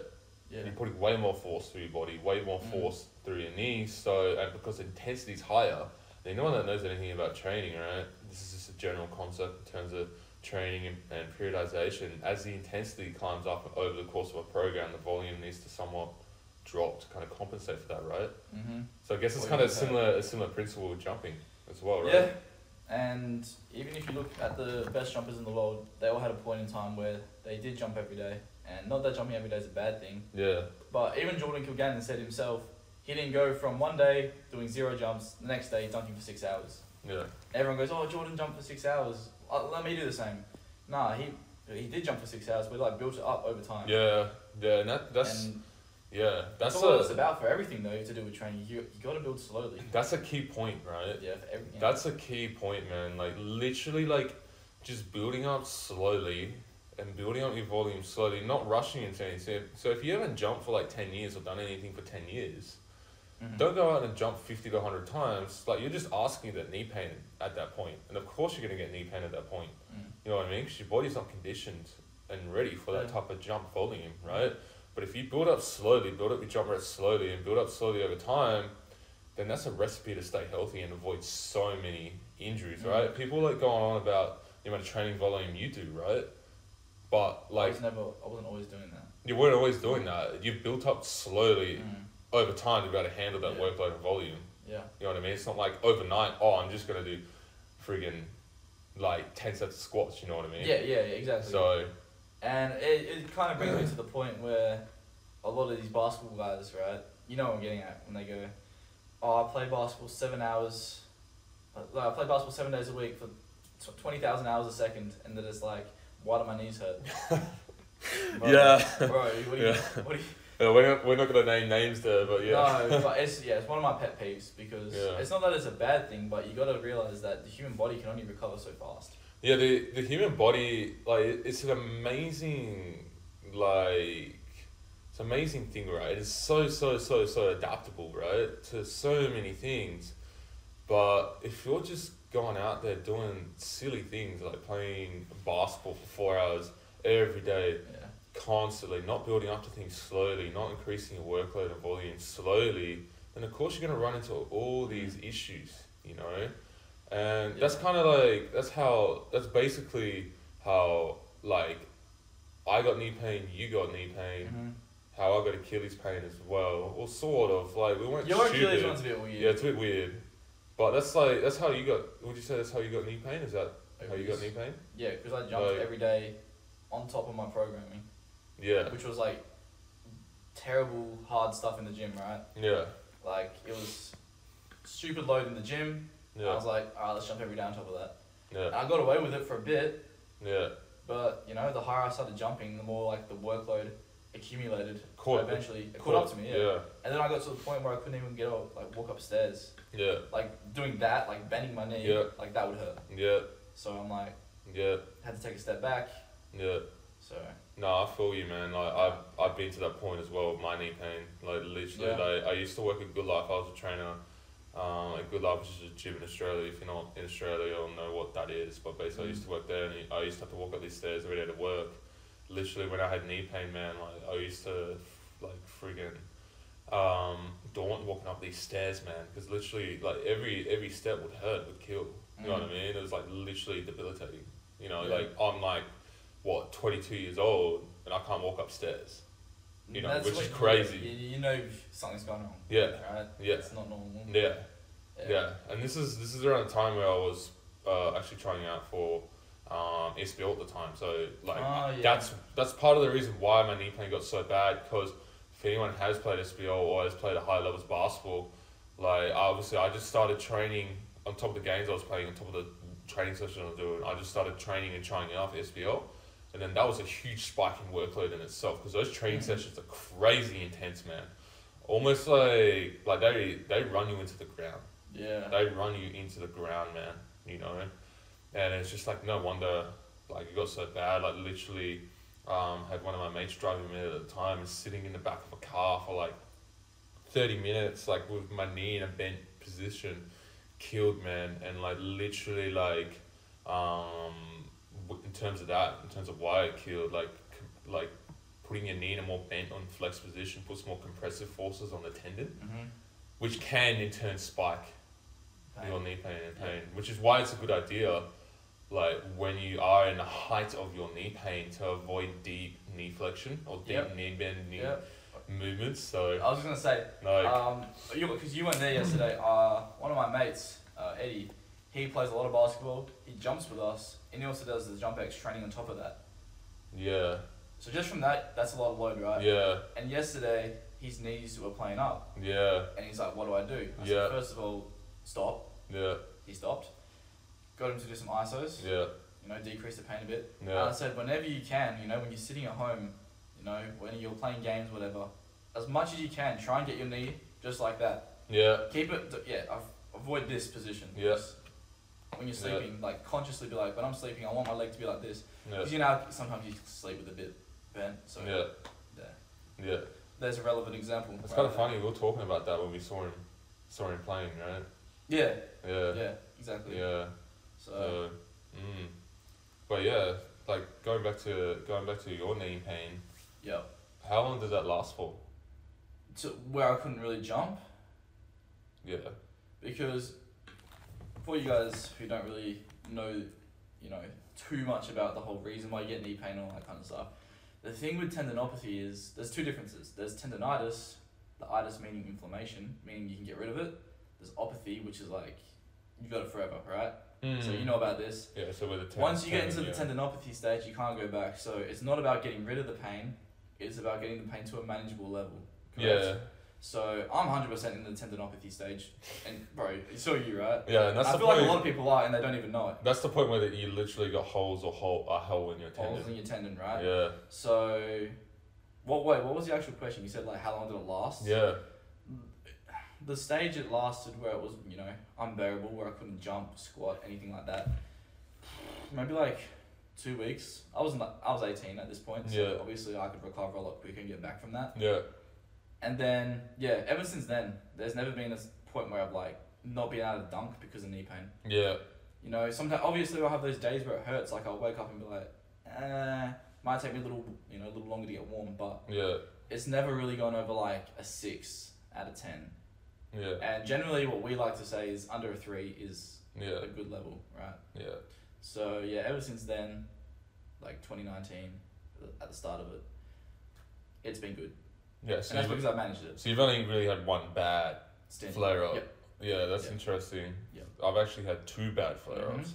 [SPEAKER 1] Yeah.
[SPEAKER 2] You're putting way more force through your body, way more
[SPEAKER 1] Mm.
[SPEAKER 2] force through your knees. So, and because intensity is higher, then no one that knows anything about training, right? This is just a general concept in terms of training and, and periodization. As the intensity climbs up over the course of a program, the volume needs to somewhat drop to kind of compensate for that, right?
[SPEAKER 1] Mm-hmm.
[SPEAKER 2] So I guess it's
[SPEAKER 1] Well,
[SPEAKER 2] kind of
[SPEAKER 1] yeah.
[SPEAKER 2] similar, a similar principle with jumping as well, right?
[SPEAKER 1] Yeah. And even if you look at the best jumpers in the world, they all had a point in time where they did jump every day. And not that jumping every day is a bad thing,
[SPEAKER 2] Yeah.
[SPEAKER 1] But even Jordan Kilgannon said himself, he didn't go from one day doing zero jumps, the next day dunking for six hours.
[SPEAKER 2] Yeah.
[SPEAKER 1] Everyone goes, oh, Jordan jumped for six hours. Uh, let me do the same. Nah, he he did jump for six hours, but like built it up over time.
[SPEAKER 2] Yeah. Yeah. And that, that's,
[SPEAKER 1] and
[SPEAKER 2] yeah.
[SPEAKER 1] that's,
[SPEAKER 2] That's
[SPEAKER 1] all it's
[SPEAKER 2] a,
[SPEAKER 1] about for everything though to do with training. You you got to build slowly.
[SPEAKER 2] that's a key point, right?
[SPEAKER 1] Yeah, for everything.
[SPEAKER 2] That's a key point, man. Like literally, like just building up slowly and building up your volume slowly, not rushing into anything. So if you haven't jumped for like ten years or done anything for ten years,
[SPEAKER 1] Mhm.
[SPEAKER 2] don't go out and jump fifty to hundred times. Like you're just asking that knee pain at that point, and of course you're gonna get knee pain at that point.
[SPEAKER 1] Mm.
[SPEAKER 2] You know what I mean? Because your body's not conditioned and ready for that
[SPEAKER 1] Yeah.
[SPEAKER 2] type of jump volume, right? But if you build up slowly, build up your jump rate slowly, and build up slowly over time, then that's a recipe to stay healthy and avoid so many injuries,
[SPEAKER 1] Mm.
[SPEAKER 2] right? People like going on about the amount of training volume you do, right? But
[SPEAKER 1] I
[SPEAKER 2] like
[SPEAKER 1] was never, I wasn't always doing that.
[SPEAKER 2] you weren't always doing that. You've built up slowly
[SPEAKER 1] Mm.
[SPEAKER 2] over time to be able to handle that
[SPEAKER 1] Yeah.
[SPEAKER 2] workload and volume.
[SPEAKER 1] Yeah.
[SPEAKER 2] You know what I mean? It's not like overnight. Oh, I'm just gonna do friggin' like ten sets of squats. You know what I mean?
[SPEAKER 1] Yeah, yeah, exactly.
[SPEAKER 2] So
[SPEAKER 1] And it, it kind of brings me to the point where a lot of these basketball guys, right? You know what I'm getting at when they go, oh, I play basketball seven hours, uh, I play basketball seven days a week for tw- 20,000 hours a second, and then it's like, why do my knees
[SPEAKER 2] *laughs*
[SPEAKER 1] hurt? Bro,
[SPEAKER 2] Yeah.
[SPEAKER 1] Bro, what do you,
[SPEAKER 2] Yeah.
[SPEAKER 1] what do you,
[SPEAKER 2] uh, we're not, we're not gonna name names there, but *laughs* yeah.
[SPEAKER 1] no, but it's, yeah, it's one of my pet peeves because
[SPEAKER 2] Yeah.
[SPEAKER 1] it's not that it's a bad thing, but you got to realize that the human body can only recover so fast.
[SPEAKER 2] Yeah, the the human body, like it's an amazing, like it's an amazing thing, right? It's so so so so adaptable, right, to so many things. But if you're just going out there doing silly things like playing basketball for four hours every day,
[SPEAKER 1] Yeah.
[SPEAKER 2] constantly, not building up to things slowly, not increasing your workload and volume slowly, then of course you're gonna run into all these issues, you know? And that's
[SPEAKER 1] Yeah.
[SPEAKER 2] kinda like that's how that's basically how like I got knee pain, you got knee pain,
[SPEAKER 1] Mm-hmm.
[SPEAKER 2] how I got Achilles pain as well. Or sort of. Like we weren't
[SPEAKER 1] Your
[SPEAKER 2] stupid.
[SPEAKER 1] Achilles one's a bit weird.
[SPEAKER 2] Yeah, it's a bit weird. But that's like that's how you got would you say that's how you got knee pain? Is that how Oh, you got knee pain?
[SPEAKER 1] Yeah, because I jumped
[SPEAKER 2] Like-
[SPEAKER 1] every day on top of my programming,
[SPEAKER 2] Yeah.
[SPEAKER 1] which was like terrible, hard stuff in the gym, right?
[SPEAKER 2] Yeah.
[SPEAKER 1] Like it was stupid load in the gym.
[SPEAKER 2] Yeah.
[SPEAKER 1] I was like, all right, let's jump every day on top of that. And
[SPEAKER 2] Yeah.
[SPEAKER 1] I got away with it for a bit,
[SPEAKER 2] Yeah.
[SPEAKER 1] but you know, the higher I started jumping, the more like the workload accumulated
[SPEAKER 2] Caught-
[SPEAKER 1] eventually. It caught up to me, yeah.
[SPEAKER 2] Yeah.
[SPEAKER 1] And then I got to the point where I couldn't even get up, like walk upstairs.
[SPEAKER 2] Yeah.
[SPEAKER 1] Like doing that, like bending my knee,
[SPEAKER 2] Yeah.
[SPEAKER 1] like that would hurt.
[SPEAKER 2] Yeah.
[SPEAKER 1] So I'm like,
[SPEAKER 2] Yeah.
[SPEAKER 1] had to take a step back.
[SPEAKER 2] Yeah.
[SPEAKER 1] So
[SPEAKER 2] No, I feel you, man. Like I've I've been to that point as well. with My knee pain, like literally.
[SPEAKER 1] Yeah.
[SPEAKER 2] Like I used to work at Good Life. I was a trainer. Um, at Good Life, which is a gym in Australia. If you're not in Australia, you don't know what that is. But basically, I used to work there, and I used to have to walk up these stairs every day to work. Literally, when I had knee pain, man, like I used to like friggin' um, daunt walking up these stairs, man, because literally, like every every step would hurt, would kill. You know what I
[SPEAKER 1] Mm.
[SPEAKER 2] mean? It was like literally debilitating. You know,
[SPEAKER 1] Yeah.
[SPEAKER 2] like I'm like what 22 years old and I can't walk upstairs. You know, which
[SPEAKER 1] what
[SPEAKER 2] is crazy.
[SPEAKER 1] You, you know something's going on.
[SPEAKER 2] Yeah,
[SPEAKER 1] Right?
[SPEAKER 2] yeah.
[SPEAKER 1] It's not normal.
[SPEAKER 2] yeah, yeah. And this is this is around the time where I was uh, actually trying out for um, SBL at the time. So like
[SPEAKER 1] Oh, yeah.
[SPEAKER 2] that's that's part of the reason why my knee pain got so bad because if anyone has played SBL or has played a high levels basketball, like obviously I just started training on top of the games I was playing, on top of the training sessions I was doing. I just started training and trying out for SBL. And then that was a huge spike in workload in itself because those training
[SPEAKER 1] Mhm.
[SPEAKER 2] sessions are crazy intense, man. Almost like like they they run you into the ground
[SPEAKER 1] Yeah.
[SPEAKER 2] they run you into the ground, man. You know, and it's just like no wonder, like it got so bad. Like literally, um, had one of my mates driving me at the time, and sitting in the back of a car for like thirty minutes, like with my knee in a bent position, killed man, and like literally like, um, w- in terms of that, in terms of why it killed, like com- like putting your knee in a more bent on flex position puts more compressive forces on the tendon,
[SPEAKER 1] Mhm.
[SPEAKER 2] which can in turn spike
[SPEAKER 1] Pain.
[SPEAKER 2] your knee pain and pain, which is why it's a good idea, like when you are in the height of your knee pain, to avoid deep knee flexion or deep
[SPEAKER 1] Yep. Uh,
[SPEAKER 2] knee bend knee
[SPEAKER 1] Yeah.
[SPEAKER 2] movements.
[SPEAKER 1] I
[SPEAKER 2] So
[SPEAKER 1] was just gonna say,
[SPEAKER 2] like,
[SPEAKER 1] um, you because you weren't there yesterday. Uh, one of my mates, uh, Eddie, he plays a lot of basketball. He jumps with us, and he also does the jump X training on top of that.
[SPEAKER 2] yeah,
[SPEAKER 1] So just from that, that's a lot of load, right?
[SPEAKER 2] yeah,
[SPEAKER 1] And yesterday, his knees were playing up,
[SPEAKER 2] yeah,
[SPEAKER 1] and he's like, "What do I do?" I
[SPEAKER 2] Yeah.
[SPEAKER 1] said, First of all, stop.
[SPEAKER 2] yeah,
[SPEAKER 1] He stopped. Got him to do some isos.
[SPEAKER 2] yeah,
[SPEAKER 1] You know, decrease the pain a bit. And I
[SPEAKER 2] yeah,
[SPEAKER 1] said, Uh, whenever you can, you know, when you're sitting at home, you know, when you're playing games, whatever, as much as you can, try and get your knee just like that.
[SPEAKER 2] yeah,
[SPEAKER 1] Keep it, th- yeah, av- avoid this position.
[SPEAKER 2] Yeah.
[SPEAKER 1] Just When you're
[SPEAKER 2] Yeah.
[SPEAKER 1] sleeping, like consciously be like, when I'm sleeping, I want my leg to be like this.
[SPEAKER 2] yeah,
[SPEAKER 1] Because you know, sometimes you sleep with a bit bent. So
[SPEAKER 2] yeah,
[SPEAKER 1] there.
[SPEAKER 2] yeah.
[SPEAKER 1] there's a relevant example.
[SPEAKER 2] It's
[SPEAKER 1] right
[SPEAKER 2] kind of
[SPEAKER 1] there.
[SPEAKER 2] funny. We were talking about that when we saw him, saw him playing, right?
[SPEAKER 1] Yeah,
[SPEAKER 2] Yeah,
[SPEAKER 1] yeah, exactly.
[SPEAKER 2] yeah.
[SPEAKER 1] So,
[SPEAKER 2] So, mm. but yeah, like going back to going back to your knee pain.
[SPEAKER 1] yeah.
[SPEAKER 2] How long does that last for?
[SPEAKER 1] To where I couldn't really jump.
[SPEAKER 2] Yeah.
[SPEAKER 1] because for you guys who don't really know, you know, too much about the whole reason why you get knee pain and all that kind of stuff, the thing with tendinopathy is there's two differences. There's tendinitis, the itis meaning inflammation, meaning you can get rid of it. There's opathy, which is like you got it forever, right? So
[SPEAKER 2] Mm.
[SPEAKER 1] you know about this.
[SPEAKER 2] Yeah, so with the ten,
[SPEAKER 1] Once you get
[SPEAKER 2] ten,
[SPEAKER 1] into the
[SPEAKER 2] yeah.
[SPEAKER 1] tendinopathy stage, you can't go back. So it's not about getting rid of the pain; it's about getting the pain to a manageable level. correct?
[SPEAKER 2] yeah,
[SPEAKER 1] So I'm hundred percent in the tendinopathy stage, and bro, so are you, right?
[SPEAKER 2] yeah, and that's
[SPEAKER 1] I
[SPEAKER 2] the
[SPEAKER 1] feel
[SPEAKER 2] point.
[SPEAKER 1] like a lot of people are, and they don't even know it.
[SPEAKER 2] that's the point where that you literally got holes or hole a hole in your tendon.
[SPEAKER 1] Holes in your tendon, right?
[SPEAKER 2] Yeah,
[SPEAKER 1] So, what? Wait, what was the actual question? You said like, how long did it last?
[SPEAKER 2] yeah,
[SPEAKER 1] The stage it lasted where it was, you know, unbearable, where I couldn't jump, squat, anything like that. Maybe like two weeks. I was not, I was eighteen at this point, so
[SPEAKER 2] Yeah.
[SPEAKER 1] obviously I could recover a lot quicker and get back from that.
[SPEAKER 2] yeah,
[SPEAKER 1] And then, yeah, ever since then, there's never been a s- point where I've like not been able to dunk because of knee pain.
[SPEAKER 2] yeah,
[SPEAKER 1] You know, sometimes obviously I'll have those days where it hurts. Like I'll wake up and be like, eh, might take me a little, you know, a little longer to get warm, but
[SPEAKER 2] yeah,
[SPEAKER 1] it's never really gone over like a six out of ten.
[SPEAKER 2] yeah,
[SPEAKER 1] And generally, what we like to say is under a three is
[SPEAKER 2] yeah,
[SPEAKER 1] a good level, right?
[SPEAKER 2] yeah.
[SPEAKER 1] So yeah, ever since then, like twenty nineteen, at the start of it, it's been good,
[SPEAKER 2] Yeah, so
[SPEAKER 1] and that's
[SPEAKER 2] you've,
[SPEAKER 1] because I managed it.
[SPEAKER 2] so you've only really had one bad
[SPEAKER 1] Standing.
[SPEAKER 2] flare up.
[SPEAKER 1] Yep.
[SPEAKER 2] Yeah, that's
[SPEAKER 1] Yeah.
[SPEAKER 2] interesting.
[SPEAKER 1] Yep.
[SPEAKER 2] I've actually had two bad flare ups.
[SPEAKER 1] Mhm.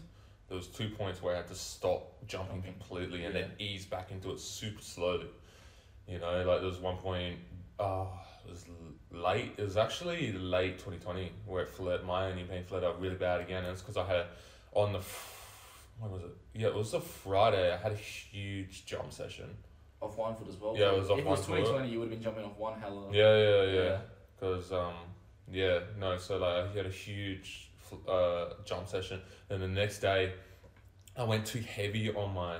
[SPEAKER 2] There was two points where I had to stop jumping
[SPEAKER 1] Jumping.
[SPEAKER 2] completely and
[SPEAKER 1] Yeah.
[SPEAKER 2] then ease back into it super slowly. You know, like there was one point, uh, it was l- late. It was actually late 2020 where it flared, my knee pain flared up really bad again. And it's because I had on the, f- when was it? Yeah, it was a Friday. I had a huge jump session
[SPEAKER 1] off one foot as well.
[SPEAKER 2] Yeah, it was off
[SPEAKER 1] if it
[SPEAKER 2] one
[SPEAKER 1] was
[SPEAKER 2] foot.
[SPEAKER 1] 2020, you would have been jumping off one hell of a-
[SPEAKER 2] Yeah, yeah, yeah. Because um, yeah, no. So like, he had a huge fl- uh jump session, and the next day, I went too heavy on my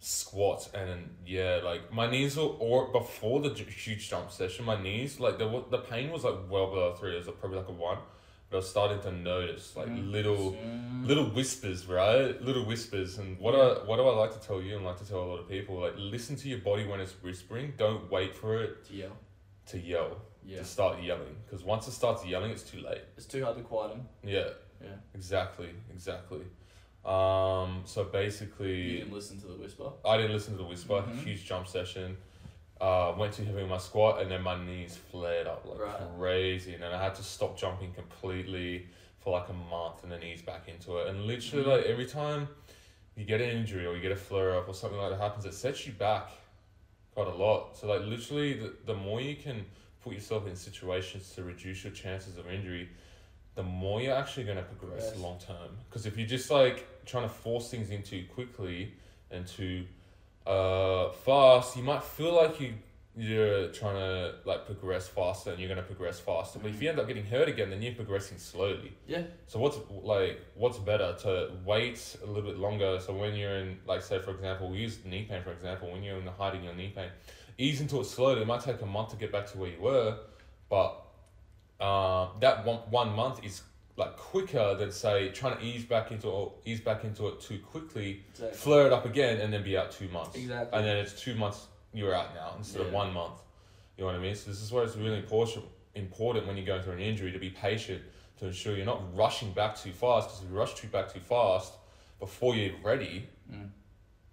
[SPEAKER 2] squats, and yeah, like my knees were or before the ju- huge jump session, my knees like the the pain was like well below three. It was like, probably like a one, but I was starting to notice like
[SPEAKER 1] Mm.
[SPEAKER 2] little
[SPEAKER 1] Mm.
[SPEAKER 2] little whispers, right? Little whispers, and what I what do I like to tell you and like to tell a lot of people? Like, listen to your body when it's whispering. Don't wait for it
[SPEAKER 1] Yeah.
[SPEAKER 2] to yell
[SPEAKER 1] Yeah.
[SPEAKER 2] to start yelling because once it starts yelling, it's too late.
[SPEAKER 1] It's too hard to quiet him.
[SPEAKER 2] Yeah,
[SPEAKER 1] Yeah.
[SPEAKER 2] exactly, exactly. Um, so
[SPEAKER 1] You
[SPEAKER 2] basically,
[SPEAKER 1] can listen to the whisper.
[SPEAKER 2] I didn't listen to the whisper.
[SPEAKER 1] Mhm.
[SPEAKER 2] Huge jump session. Uh, went too heavy in my squat, and then my knees flared up like
[SPEAKER 1] Right.
[SPEAKER 2] crazy, and then I had to stop jumping completely for like a month, and then ease back into it. And literally,
[SPEAKER 1] Mhm.
[SPEAKER 2] like every time you get an injury or you get a flare up or something like that happens, it sets you back quite a lot. So like literally, the, the more you can put yourself in situations to reduce your chances of injury, the more you're actually going to progress
[SPEAKER 1] Progress.
[SPEAKER 2] long term. Because if you're just like trying to force things in too quickly and too uh, fast, you might feel like you you're trying to like progress faster and you're going to progress faster. But if you end up getting hurt again, then you're progressing slowly.
[SPEAKER 1] Mm. Yeah.
[SPEAKER 2] So what's like what's better to wait a little bit longer? So when you're in like say for example, we use knee pain for example. When you're in the height of your knee pain, ease into it slowly. It might take a month to get back to where you were, but uh, that one one month is like quicker than say trying to ease back into or ease back into it too quickly,
[SPEAKER 1] Exactly.
[SPEAKER 2] flare it up again, and then be out two months.
[SPEAKER 1] Exactly.
[SPEAKER 2] And then it's two months you're out now instead of
[SPEAKER 1] Yeah.
[SPEAKER 2] one month. You know what I mean? So this is where it's really important important when you're going through an injury to be patient to ensure you're not rushing back too fast because if you rush too back too fast before you're ready,
[SPEAKER 1] Mm.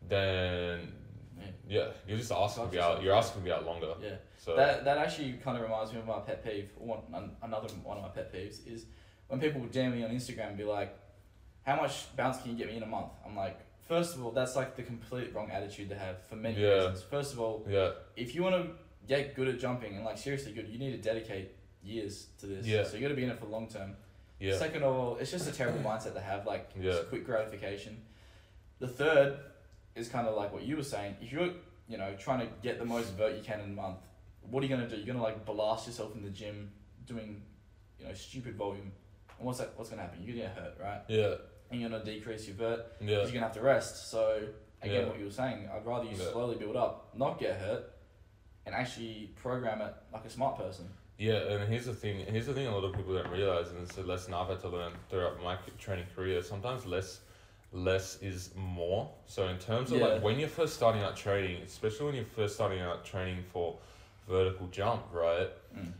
[SPEAKER 2] then
[SPEAKER 1] Yeah.
[SPEAKER 2] yeah, you're just asking
[SPEAKER 1] Got
[SPEAKER 2] to be out
[SPEAKER 1] yourself.
[SPEAKER 2] you're asking to be out longer.
[SPEAKER 1] Yeah.
[SPEAKER 2] So
[SPEAKER 1] That, that actually kind of reminds me of my pet peeve. One, an, another one of my pet peeves is when people would DM me on Instagram and be like, "How much bounce can you get me in a month?" I'm like, first of all, that's like the complete wrong attitude to have for many
[SPEAKER 2] Yeah.
[SPEAKER 1] reasons. First of all,
[SPEAKER 2] yeah,
[SPEAKER 1] if you want to get good at jumping and like seriously good, you need to dedicate years to this.
[SPEAKER 2] Yeah.
[SPEAKER 1] So you got to be in it for long term.
[SPEAKER 2] yeah.
[SPEAKER 1] Second of all, it's just a
[SPEAKER 2] *coughs*
[SPEAKER 1] terrible mindset to have, like
[SPEAKER 2] Yeah.
[SPEAKER 1] just quick gratification. The third is kind of like what you were saying. If you're, you know, trying to get the most vert you can in a month, what are you gonna do? You're gonna like blast yourself in the gym doing, you know, stupid volume. And what's that? What's gonna happen? You're gonna get hurt, right?
[SPEAKER 2] yeah,
[SPEAKER 1] And you're gonna decrease your vert. 'cause
[SPEAKER 2] yeah,
[SPEAKER 1] You're gonna have to rest. So again,
[SPEAKER 2] Yeah.
[SPEAKER 1] what you were saying, I'd rather you
[SPEAKER 2] Yeah.
[SPEAKER 1] slowly build up, not get hurt, and actually program it like a smart person.
[SPEAKER 2] yeah. And here's the thing. Here's the thing. A lot of people don't realize, and it's a lesson I've had to learn throughout my c- training career. Sometimes less, less is more. So in terms of
[SPEAKER 1] Yeah.
[SPEAKER 2] like when you're first starting out training, especially when you're first starting out training for vertical jump, right?
[SPEAKER 1] Mm.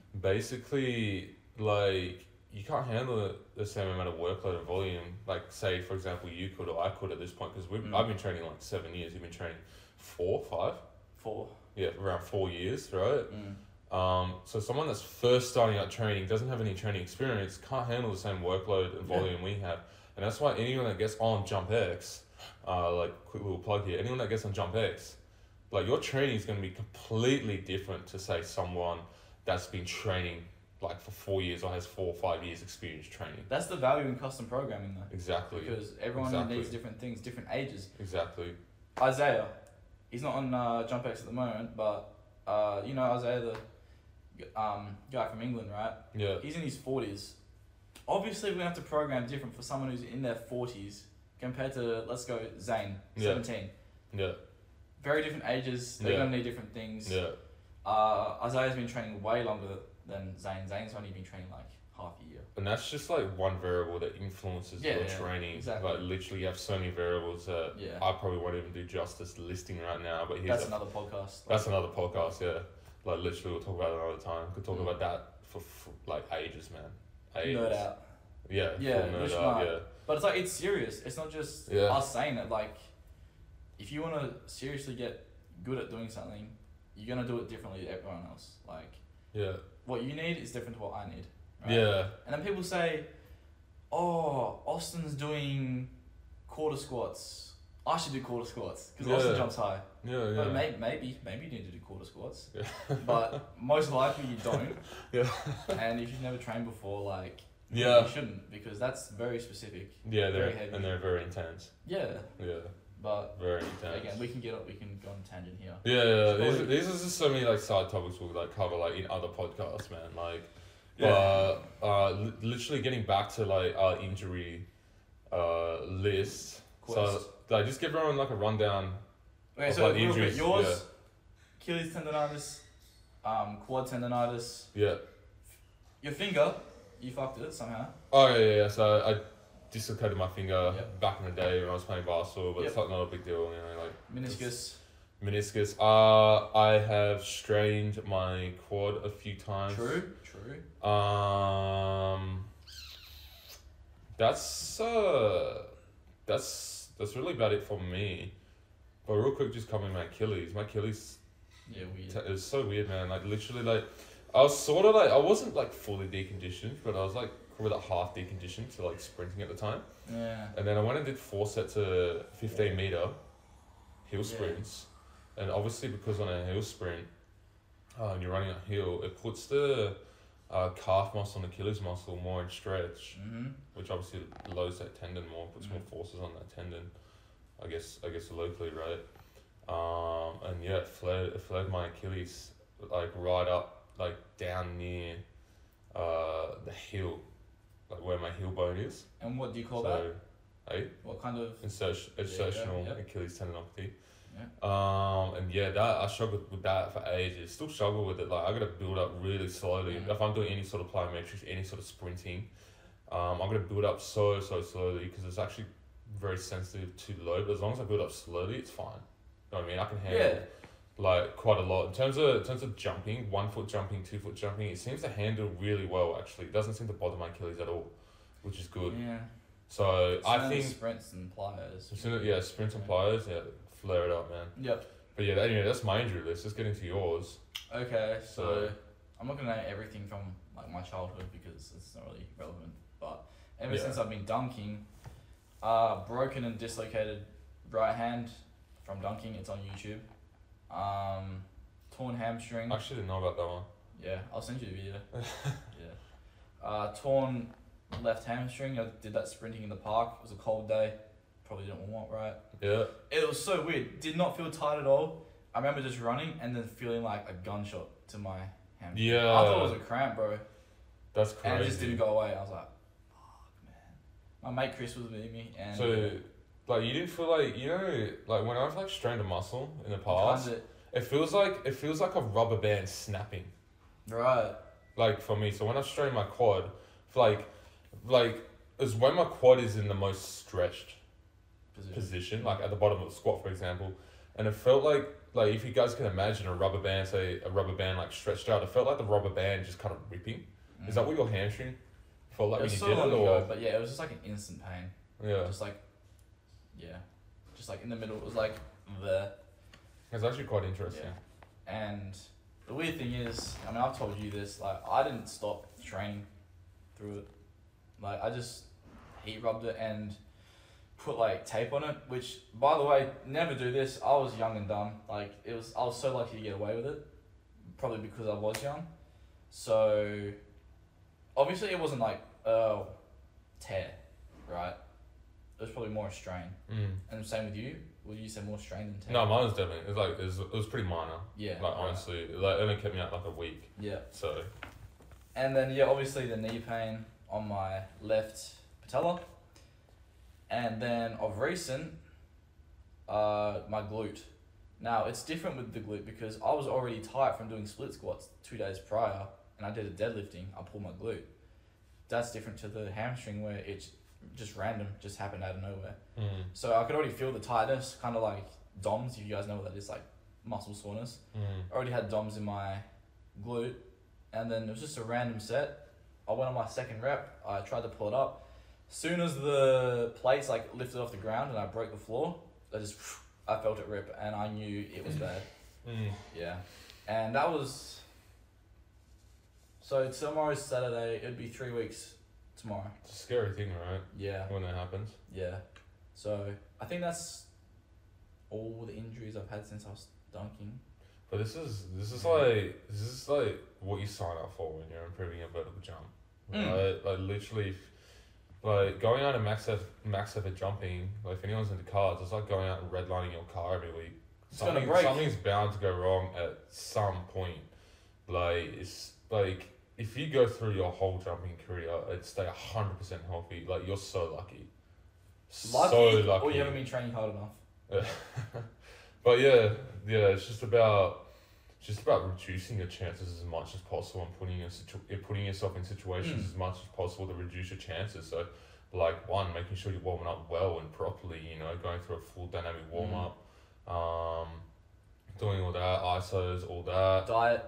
[SPEAKER 2] basically like you can't handle the, the same amount of workload and volume like say for example you could or i could at this point because we've
[SPEAKER 1] Mm.
[SPEAKER 2] i've been training like seven years you've been training four five
[SPEAKER 1] For
[SPEAKER 2] yeah around four years right
[SPEAKER 1] mm.
[SPEAKER 2] um, so someone that's first starting out training doesn't have any training experience can't handle the same workload and
[SPEAKER 1] Yeah.
[SPEAKER 2] volume we have and that's why anyone that gets on jump x uh, like quick little plug here anyone that gets on jump x like your training is going to be completely different to say someone that's been training like for four years or has four or five years experience training
[SPEAKER 1] that's the value in custom programming, though.
[SPEAKER 2] exactly
[SPEAKER 1] Because everyone
[SPEAKER 2] Exactly.
[SPEAKER 1] needs different things, different ages.
[SPEAKER 2] exactly
[SPEAKER 1] Isaiah, he's not on uh, Jump X at the moment, but uh, you know Isaiah, the um, guy from England, right?
[SPEAKER 2] yeah
[SPEAKER 1] He's in his forties. Obviously, we're gonna have to program different for someone who's in their forties compared to let's go Zane,
[SPEAKER 2] Yeah.
[SPEAKER 1] seventeen.
[SPEAKER 2] yeah
[SPEAKER 1] Very different ages. They're
[SPEAKER 2] Yeah.
[SPEAKER 1] gonna need different things.
[SPEAKER 2] yeah
[SPEAKER 1] Uh, Isaiah's been training way longer than Zane. Zane's only been training like half a year.
[SPEAKER 2] And that's just like one variable that influences
[SPEAKER 1] Yeah,
[SPEAKER 2] your
[SPEAKER 1] yeah,
[SPEAKER 2] training.
[SPEAKER 1] exactly.
[SPEAKER 2] Like literally, you have so many variables that
[SPEAKER 1] Yeah,
[SPEAKER 2] I probably won't even do justice listing right now. But here's
[SPEAKER 1] that's
[SPEAKER 2] a-
[SPEAKER 1] another podcast.
[SPEAKER 2] that's another podcast. Yeah, like literally, we'll talk about it another time. Could talk
[SPEAKER 1] Mm.
[SPEAKER 2] about that for, f like ages, man. Ages.
[SPEAKER 1] nerd out.
[SPEAKER 2] Yeah.
[SPEAKER 1] Yeah,
[SPEAKER 2] full
[SPEAKER 1] we
[SPEAKER 2] nerd
[SPEAKER 1] should
[SPEAKER 2] out,
[SPEAKER 1] not.
[SPEAKER 2] Yeah.
[SPEAKER 1] But it's like it's serious. It's not just
[SPEAKER 2] Yeah.
[SPEAKER 1] us saying it. Like, if you want to seriously get good at doing something, you're gonna do it differently to everyone else. Like,
[SPEAKER 2] Yeah.
[SPEAKER 1] what you need is different to what I need. right?
[SPEAKER 2] Yeah.
[SPEAKER 1] And then people say, "Oh, Austin's doing quarter squats. I should do quarter squats because Austin
[SPEAKER 2] Yeah.
[SPEAKER 1] jumps high.
[SPEAKER 2] Yeah. Yeah.
[SPEAKER 1] But may- maybe, maybe you need to do quarter squats.
[SPEAKER 2] Yeah.
[SPEAKER 1] *laughs* But most likely you don't.
[SPEAKER 2] *laughs* Yeah.
[SPEAKER 1] And if you've never trained before, like,
[SPEAKER 2] Yeah.
[SPEAKER 1] you shouldn't because that's very specific.
[SPEAKER 2] yeah.
[SPEAKER 1] very
[SPEAKER 2] They're
[SPEAKER 1] heavy.
[SPEAKER 2] and they're very intense.
[SPEAKER 1] Yeah.
[SPEAKER 2] Yeah.
[SPEAKER 1] But
[SPEAKER 2] Very intense.
[SPEAKER 1] again, we can get up. We can go on a tangent here.
[SPEAKER 2] Yeah, yeah, these,
[SPEAKER 1] Surely.
[SPEAKER 2] these are just so many like side topics we'll like cover like in other podcasts, man. Like,
[SPEAKER 1] Yeah.
[SPEAKER 2] but uh, li- literally getting back to like our injury uh list.
[SPEAKER 1] Quest.
[SPEAKER 2] So like, just give everyone like a rundown.
[SPEAKER 1] Okay,
[SPEAKER 2] Of
[SPEAKER 1] so
[SPEAKER 2] like
[SPEAKER 1] real quick,
[SPEAKER 2] injuries,
[SPEAKER 1] yours, Achilles tendonitis, um, quad tendonitis.
[SPEAKER 2] Yeah.
[SPEAKER 1] Your finger, you fucked it somehow.
[SPEAKER 2] Oh yeah, yeah. yeah. So I dislocated my finger
[SPEAKER 1] Yep.
[SPEAKER 2] back in the day when I was playing basketball, but it's
[SPEAKER 1] Yep.
[SPEAKER 2] not, not a big deal. You know, like
[SPEAKER 1] Meniscus,
[SPEAKER 2] meniscus. Uh, I have strained my quad a few times.
[SPEAKER 1] true, true.
[SPEAKER 2] Um, that's uh, that's that's really about it for me. But real quick, just covering my Achilles. My Achilles
[SPEAKER 1] Yeah,
[SPEAKER 2] t-
[SPEAKER 1] weird.
[SPEAKER 2] is so weird, man. Like literally, like I was sort of like I wasn't like fully deconditioned, but I was like probably like half deconditioned to like sprinting at the time.
[SPEAKER 1] Yeah.
[SPEAKER 2] And then I went and did four sets of fifteen meter
[SPEAKER 1] Yeah.
[SPEAKER 2] hill sprints, and obviously because on a hill sprint, uh, and you're running uphill, it puts the uh, calf muscle and Achilles muscle more in stretch,
[SPEAKER 1] Mm-hmm.
[SPEAKER 2] which obviously loads that tendon more, puts more
[SPEAKER 1] Mhm.
[SPEAKER 2] forces on that tendon. I guess I guess locally, right? Um, and yeah, it flared it flared my Achilles like right up, like down near uh, the heel, like where my heel bone is.
[SPEAKER 1] And what do you call that?
[SPEAKER 2] So, hey,
[SPEAKER 1] What kind of?
[SPEAKER 2] insert-
[SPEAKER 1] go,
[SPEAKER 2] insertional
[SPEAKER 1] yep.
[SPEAKER 2] Achilles tendinopathy. Um, and yeah, that I struggled with that for ages. Still struggle with it. Like I gotta build up really slowly.
[SPEAKER 1] Mhm.
[SPEAKER 2] If I'm doing any sort of plyometrics, any sort of sprinting, um, I'm gonna build up so so slowly because it's actually very sensitive to load. But as long as I build up slowly, it's fine. You know what I mean? I can handle
[SPEAKER 1] Yeah.
[SPEAKER 2] like quite a lot in terms of in terms of jumping, one foot jumping, two foot jumping. It seems to handle really well. Actually, it doesn't seem to bother my Achilles at all, which is good.
[SPEAKER 1] Yeah.
[SPEAKER 2] So I
[SPEAKER 1] Certainly
[SPEAKER 2] think
[SPEAKER 1] sprints and pliers.
[SPEAKER 2] as soon as, yeah, sprints and pliers, yeah, flare it up, man.
[SPEAKER 1] Yep.
[SPEAKER 2] But yeah, that, anyway, that's my injury list. Let's get into yours.
[SPEAKER 1] Okay, so
[SPEAKER 2] So-
[SPEAKER 1] I'm not gonna know everything from like my childhood because it's not really relevant. But ever
[SPEAKER 2] Yeah.
[SPEAKER 1] since I've been dunking, uh, broken and dislocated right hand from dunking. It's on YouTube. Um, torn hamstring.
[SPEAKER 2] I actually didn't know about that one.
[SPEAKER 1] Yeah, I'll send you the video. yeah. Uh, torn left hamstring. I did that sprinting in the park. It was a cold day. Probably didn't warm up right.
[SPEAKER 2] Yeah.
[SPEAKER 1] It was so weird. Did not feel tight at all. I remember just running and then feeling like a gunshot to my hamstring.
[SPEAKER 2] Yeah.
[SPEAKER 1] I thought it was a cramp, bro.
[SPEAKER 2] That's crazy.
[SPEAKER 1] And it just didn't go away. I was like, fuck, man. My mate Chris was with me and.
[SPEAKER 2] So, like, you didn't feel like, you know, like when I've like strained a muscle in the past,
[SPEAKER 1] Kinda-
[SPEAKER 2] it feels like, it feels like a rubber band snapping.
[SPEAKER 1] Right.
[SPEAKER 2] Like for me, so when I strain my quad, like, like, is when my quad is in the most stretched
[SPEAKER 1] Position.
[SPEAKER 2] position, like at the bottom of the squat, for example, and it felt like like if you guys can imagine a rubber band, say a rubber band like stretched out, it felt like the rubber band just kind of ripping. Is that what your hamstring felt
[SPEAKER 1] Mm. it
[SPEAKER 2] like when
[SPEAKER 1] was
[SPEAKER 2] you
[SPEAKER 1] so
[SPEAKER 2] did
[SPEAKER 1] long
[SPEAKER 2] it,
[SPEAKER 1] ago,
[SPEAKER 2] or
[SPEAKER 1] but yeah, it was just like an instant pain.
[SPEAKER 2] yeah?
[SPEAKER 1] Just like, yeah. Just like in the middle. It was like the.
[SPEAKER 2] It's actually quite interesting.
[SPEAKER 1] And the weird thing is, I mean, I've told you this, like, I didn't stop training through it. Like, I just heat rubbed it and put, like, tape on it, which, by the way, never do this. I was young and dumb. Like, it was, I was so lucky to get away with it, probably because I was young. So, obviously, it wasn't like, oh, tear, right? It was probably more a strain.
[SPEAKER 2] Mm.
[SPEAKER 1] And same with you. Would you say more strain than tear?
[SPEAKER 2] No, mine was definitely it was like it was, it was pretty minor.
[SPEAKER 1] Yeah.
[SPEAKER 2] Like
[SPEAKER 1] right.
[SPEAKER 2] honestly, like it only kept me out like a week.
[SPEAKER 1] Yeah.
[SPEAKER 2] So
[SPEAKER 1] And then yeah, obviously the knee pain on my left patella. And then of recent, uh, my glute. Now it's different with the glute because I was already tight from doing split squats two days prior, and I did a deadlifting. I pulled my glute. That's different to the hamstring where it's just random, just happened out of nowhere.
[SPEAKER 2] mm.
[SPEAKER 1] So I could already feel the tightness, kind of like DOMS. If you guys know what that is, like muscle soreness
[SPEAKER 2] Mm.
[SPEAKER 1] already had DOMs in my glute, and then it was just a random set. I went on my second rep, I tried to pull it up. Soon as the plates like lifted off the ground and I broke the floor, I just I felt it rip and I knew it was
[SPEAKER 2] *laughs*
[SPEAKER 1] bad.
[SPEAKER 2] Mm.
[SPEAKER 1] Yeah. And that was so tomorrow's Saturday, it'd be three weeks tomorrow.
[SPEAKER 2] It's a scary thing, right?
[SPEAKER 1] Yeah.
[SPEAKER 2] When that happens.
[SPEAKER 1] Yeah. So I think that's all the injuries I've had since I was dunking.
[SPEAKER 2] But this is this is like this is like what you sign up for when you're improving your vertical jump.
[SPEAKER 1] Mm.
[SPEAKER 2] Right? Like literally, if, Like going out and max effort, max effort jumping. Like if anyone's into cars, it's like going out and redlining your car every week.
[SPEAKER 1] It's gonna
[SPEAKER 2] Something-
[SPEAKER 1] break.
[SPEAKER 2] Something's bound to go wrong at some point. Like it's like if you go through your whole jumping career and stay hundred percent healthy, like you're so lucky.
[SPEAKER 1] Lucky,
[SPEAKER 2] so lucky.
[SPEAKER 1] or you haven't been training hard enough.
[SPEAKER 2] *laughs* but yeah, yeah, it's just about it's just about reducing your chances as much as possible and putting your situ- eh, putting yourself in
[SPEAKER 1] Hmm.
[SPEAKER 2] situations as much as possible to reduce your chances. So, like one, making sure you're warming up well and properly. You know, going through a full dynamic
[SPEAKER 1] Hmm.
[SPEAKER 2] warm up, um, doing all that ISOs, all that.
[SPEAKER 1] Diet,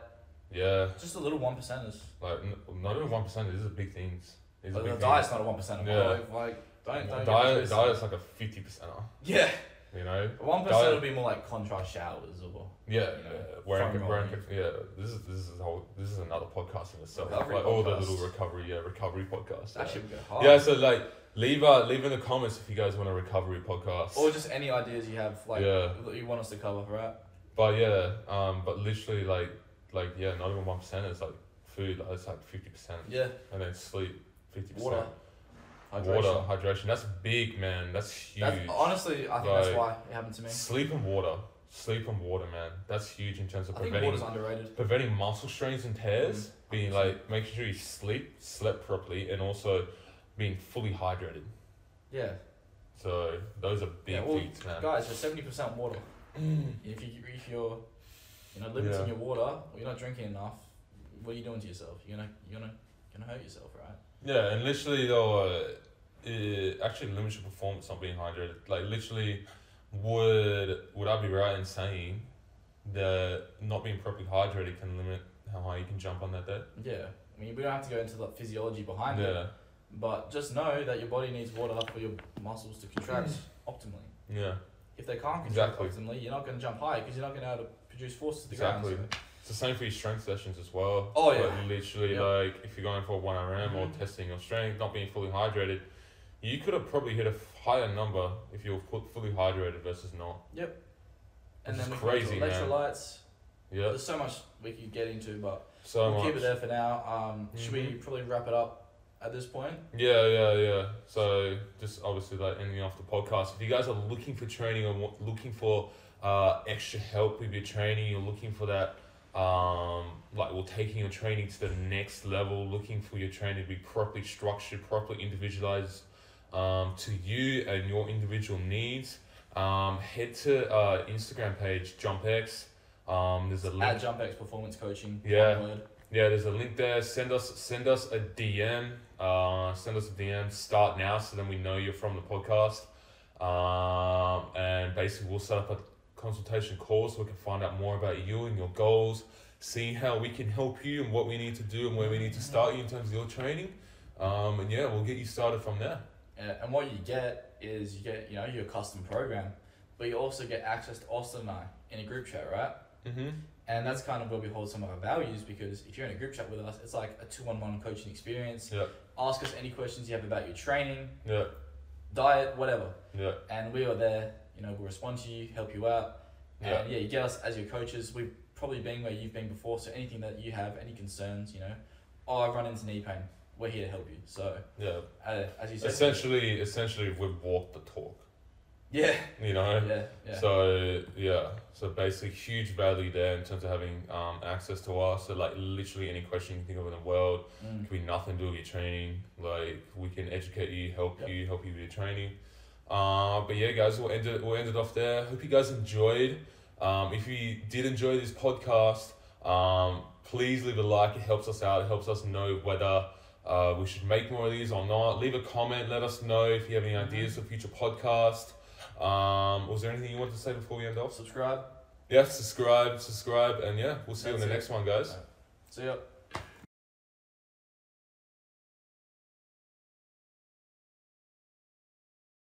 [SPEAKER 2] Yeah,
[SPEAKER 1] just a little one percenters.
[SPEAKER 2] like n- not even one percent. These are big things. These are
[SPEAKER 1] Like,
[SPEAKER 2] big
[SPEAKER 1] the
[SPEAKER 2] things.
[SPEAKER 1] diet's not a one percenter.
[SPEAKER 2] Yeah.
[SPEAKER 1] Like, like don't don't. get
[SPEAKER 2] diet,
[SPEAKER 1] me twisted.
[SPEAKER 2] diet's like a fifty percenter.
[SPEAKER 1] Yeah,
[SPEAKER 2] You know,
[SPEAKER 1] one
[SPEAKER 2] Diet-
[SPEAKER 1] percent would be more like contrast showers or.
[SPEAKER 2] Yeah,
[SPEAKER 1] you
[SPEAKER 2] yeah.
[SPEAKER 1] know,
[SPEAKER 2] wearing,
[SPEAKER 1] from
[SPEAKER 2] wearing,
[SPEAKER 1] your-
[SPEAKER 2] yeah. This is this is a whole this is another podcast in itself.
[SPEAKER 1] Recovery
[SPEAKER 2] like all the
[SPEAKER 1] podcast.
[SPEAKER 2] little recovery, yeah, recovery podcast.
[SPEAKER 1] That
[SPEAKER 2] yeah.
[SPEAKER 1] should go hard.
[SPEAKER 2] yeah, so like leave uh leave in the comments if you guys want a recovery podcast.
[SPEAKER 1] Or just any ideas you have, like
[SPEAKER 2] Yeah.
[SPEAKER 1] that you want us to cover, right?
[SPEAKER 2] but yeah, um, but literally like like yeah, not even one percent is like food. Like, it's like fifty percent,
[SPEAKER 1] Yeah.
[SPEAKER 2] and then sleep fifty
[SPEAKER 1] Water.
[SPEAKER 2] percent.
[SPEAKER 1] Hydration.
[SPEAKER 2] water, hydration. That's big, man. That's huge.
[SPEAKER 1] That's, honestly, I think that's
[SPEAKER 2] Like-
[SPEAKER 1] why it happened to me.
[SPEAKER 2] sleep and water, sleep and water, man. That's huge in terms of
[SPEAKER 1] I think
[SPEAKER 2] preventing
[SPEAKER 1] water's underrated.
[SPEAKER 2] preventing muscle strains and tears,
[SPEAKER 1] Mhm.
[SPEAKER 2] being like making sure you sleep slept properly, and also being fully hydrated.
[SPEAKER 1] Yeah.
[SPEAKER 2] So those are big
[SPEAKER 1] Yeah, well,
[SPEAKER 2] feats, man.
[SPEAKER 1] Guys, you're seventy percent water. if you if you're you know limiting
[SPEAKER 2] Mm. Yeah.
[SPEAKER 1] your water or you're not drinking enough, what are you doing to yourself? You're gonna you're gonna gonna hurt yourself, right?
[SPEAKER 2] Yeah, and literally though, uh, it actually limits your performance on being hydrated. Like literally, would would I be right in saying that not being properly hydrated can limit how high you can jump on that day?
[SPEAKER 1] Yeah. I mean, we don't have to go into the physiology behind it,
[SPEAKER 2] Yeah,
[SPEAKER 1] but just know that your body needs water for your muscles to contract optimally.
[SPEAKER 2] yeah.
[SPEAKER 1] If they can't contract
[SPEAKER 2] Mm. Exactly.
[SPEAKER 1] optimally, you're not going to jump high because you're not going to be able to produce force to the
[SPEAKER 2] Exactly.
[SPEAKER 1] ground.
[SPEAKER 2] It's the same for your strength sessions as well.
[SPEAKER 1] Oh,
[SPEAKER 2] Like,
[SPEAKER 1] yeah.
[SPEAKER 2] literally,
[SPEAKER 1] Yeah.
[SPEAKER 2] like if you're going for a one RM or
[SPEAKER 1] Mhm.
[SPEAKER 2] testing your strength, not being fully hydrated, you could have probably hit a f- higher number if you were fu- fully hydrated versus not.
[SPEAKER 1] So. And then we
[SPEAKER 2] This is
[SPEAKER 1] can go to
[SPEAKER 2] crazy, man.
[SPEAKER 1] electrolytes.
[SPEAKER 2] Yeah.
[SPEAKER 1] There's so much we could get into, but
[SPEAKER 2] So
[SPEAKER 1] we'll
[SPEAKER 2] much.
[SPEAKER 1] keep it there for now. Um, Should we
[SPEAKER 2] Mhm.
[SPEAKER 1] probably wrap it up at this point?
[SPEAKER 2] Yeah, yeah, yeah. So just obviously like ending off the podcast. If you guys are looking for training or wa- looking for uh, extra help with your training, you're looking for that um like well taking your training to the next level, looking for your training to be properly structured, properly individualized um, to you and your individual needs. Um, head to uh, Instagram page JumpX. Um, there's a link.
[SPEAKER 1] At JumpX Performance Coaching. one
[SPEAKER 2] Yeah.
[SPEAKER 1] word.
[SPEAKER 2] Yeah, there's a link there. Send us send us a DM. Uh, send us a DM. Start now, so then we know you're from the podcast. Um, and basically, we'll set up a consultation call so we can find out more about you and your goals, see how we can help you and what we need to do and where we need to start you in terms of your training. Um, and yeah, we'll get you started from there.
[SPEAKER 1] Uh, and what you get is you get you know your custom program, but you also get access to Austin and I in a group chat, right?
[SPEAKER 2] Mm-hmm.
[SPEAKER 1] And that's kind of where we hold some of our values because if you're in a group chat with us, it's like a two-on-one coaching experience.
[SPEAKER 2] Yeah.
[SPEAKER 1] Ask us any questions you have about your training,
[SPEAKER 2] Yeah,
[SPEAKER 1] diet, whatever,
[SPEAKER 2] yeah,
[SPEAKER 1] and we are there. You know, we'll respond to you, help you out,
[SPEAKER 2] yeah,
[SPEAKER 1] and yeah, you get us as your coaches. We've probably been where you've been before, so anything that you have, any concerns, you know, oh, I've run into knee pain. We're here to help you. So,
[SPEAKER 2] yeah.
[SPEAKER 1] uh, as you said,
[SPEAKER 2] Essentially, essentially, we've walked the talk.
[SPEAKER 1] yeah,
[SPEAKER 2] You know.
[SPEAKER 1] yeah, yeah.
[SPEAKER 2] So yeah, so basically huge value there in terms of having um, access to us. So like literally any question you can think of in the world
[SPEAKER 1] Mm.
[SPEAKER 2] it could be nothing to do with your training. Like we can educate you, help
[SPEAKER 1] Yep.
[SPEAKER 2] you, help you with your training. Uh, but yeah, guys, we'll end it. We'll end it off there. Hope you guys enjoyed. Um, if you did enjoy this podcast, um, please leave a like. It helps us out. It helps us know whether uh, we should make more of these or not. Leave a comment. Let us know if you have any
[SPEAKER 1] Mm-hmm.
[SPEAKER 2] ideas for future podcast. Um, was there anything you wanted to say before we end off?
[SPEAKER 1] Subscribe.
[SPEAKER 2] Yeah, subscribe, subscribe, and yeah, we'll see you on
[SPEAKER 1] That's
[SPEAKER 2] the
[SPEAKER 1] it.
[SPEAKER 2] next one, guys.
[SPEAKER 1] See ya.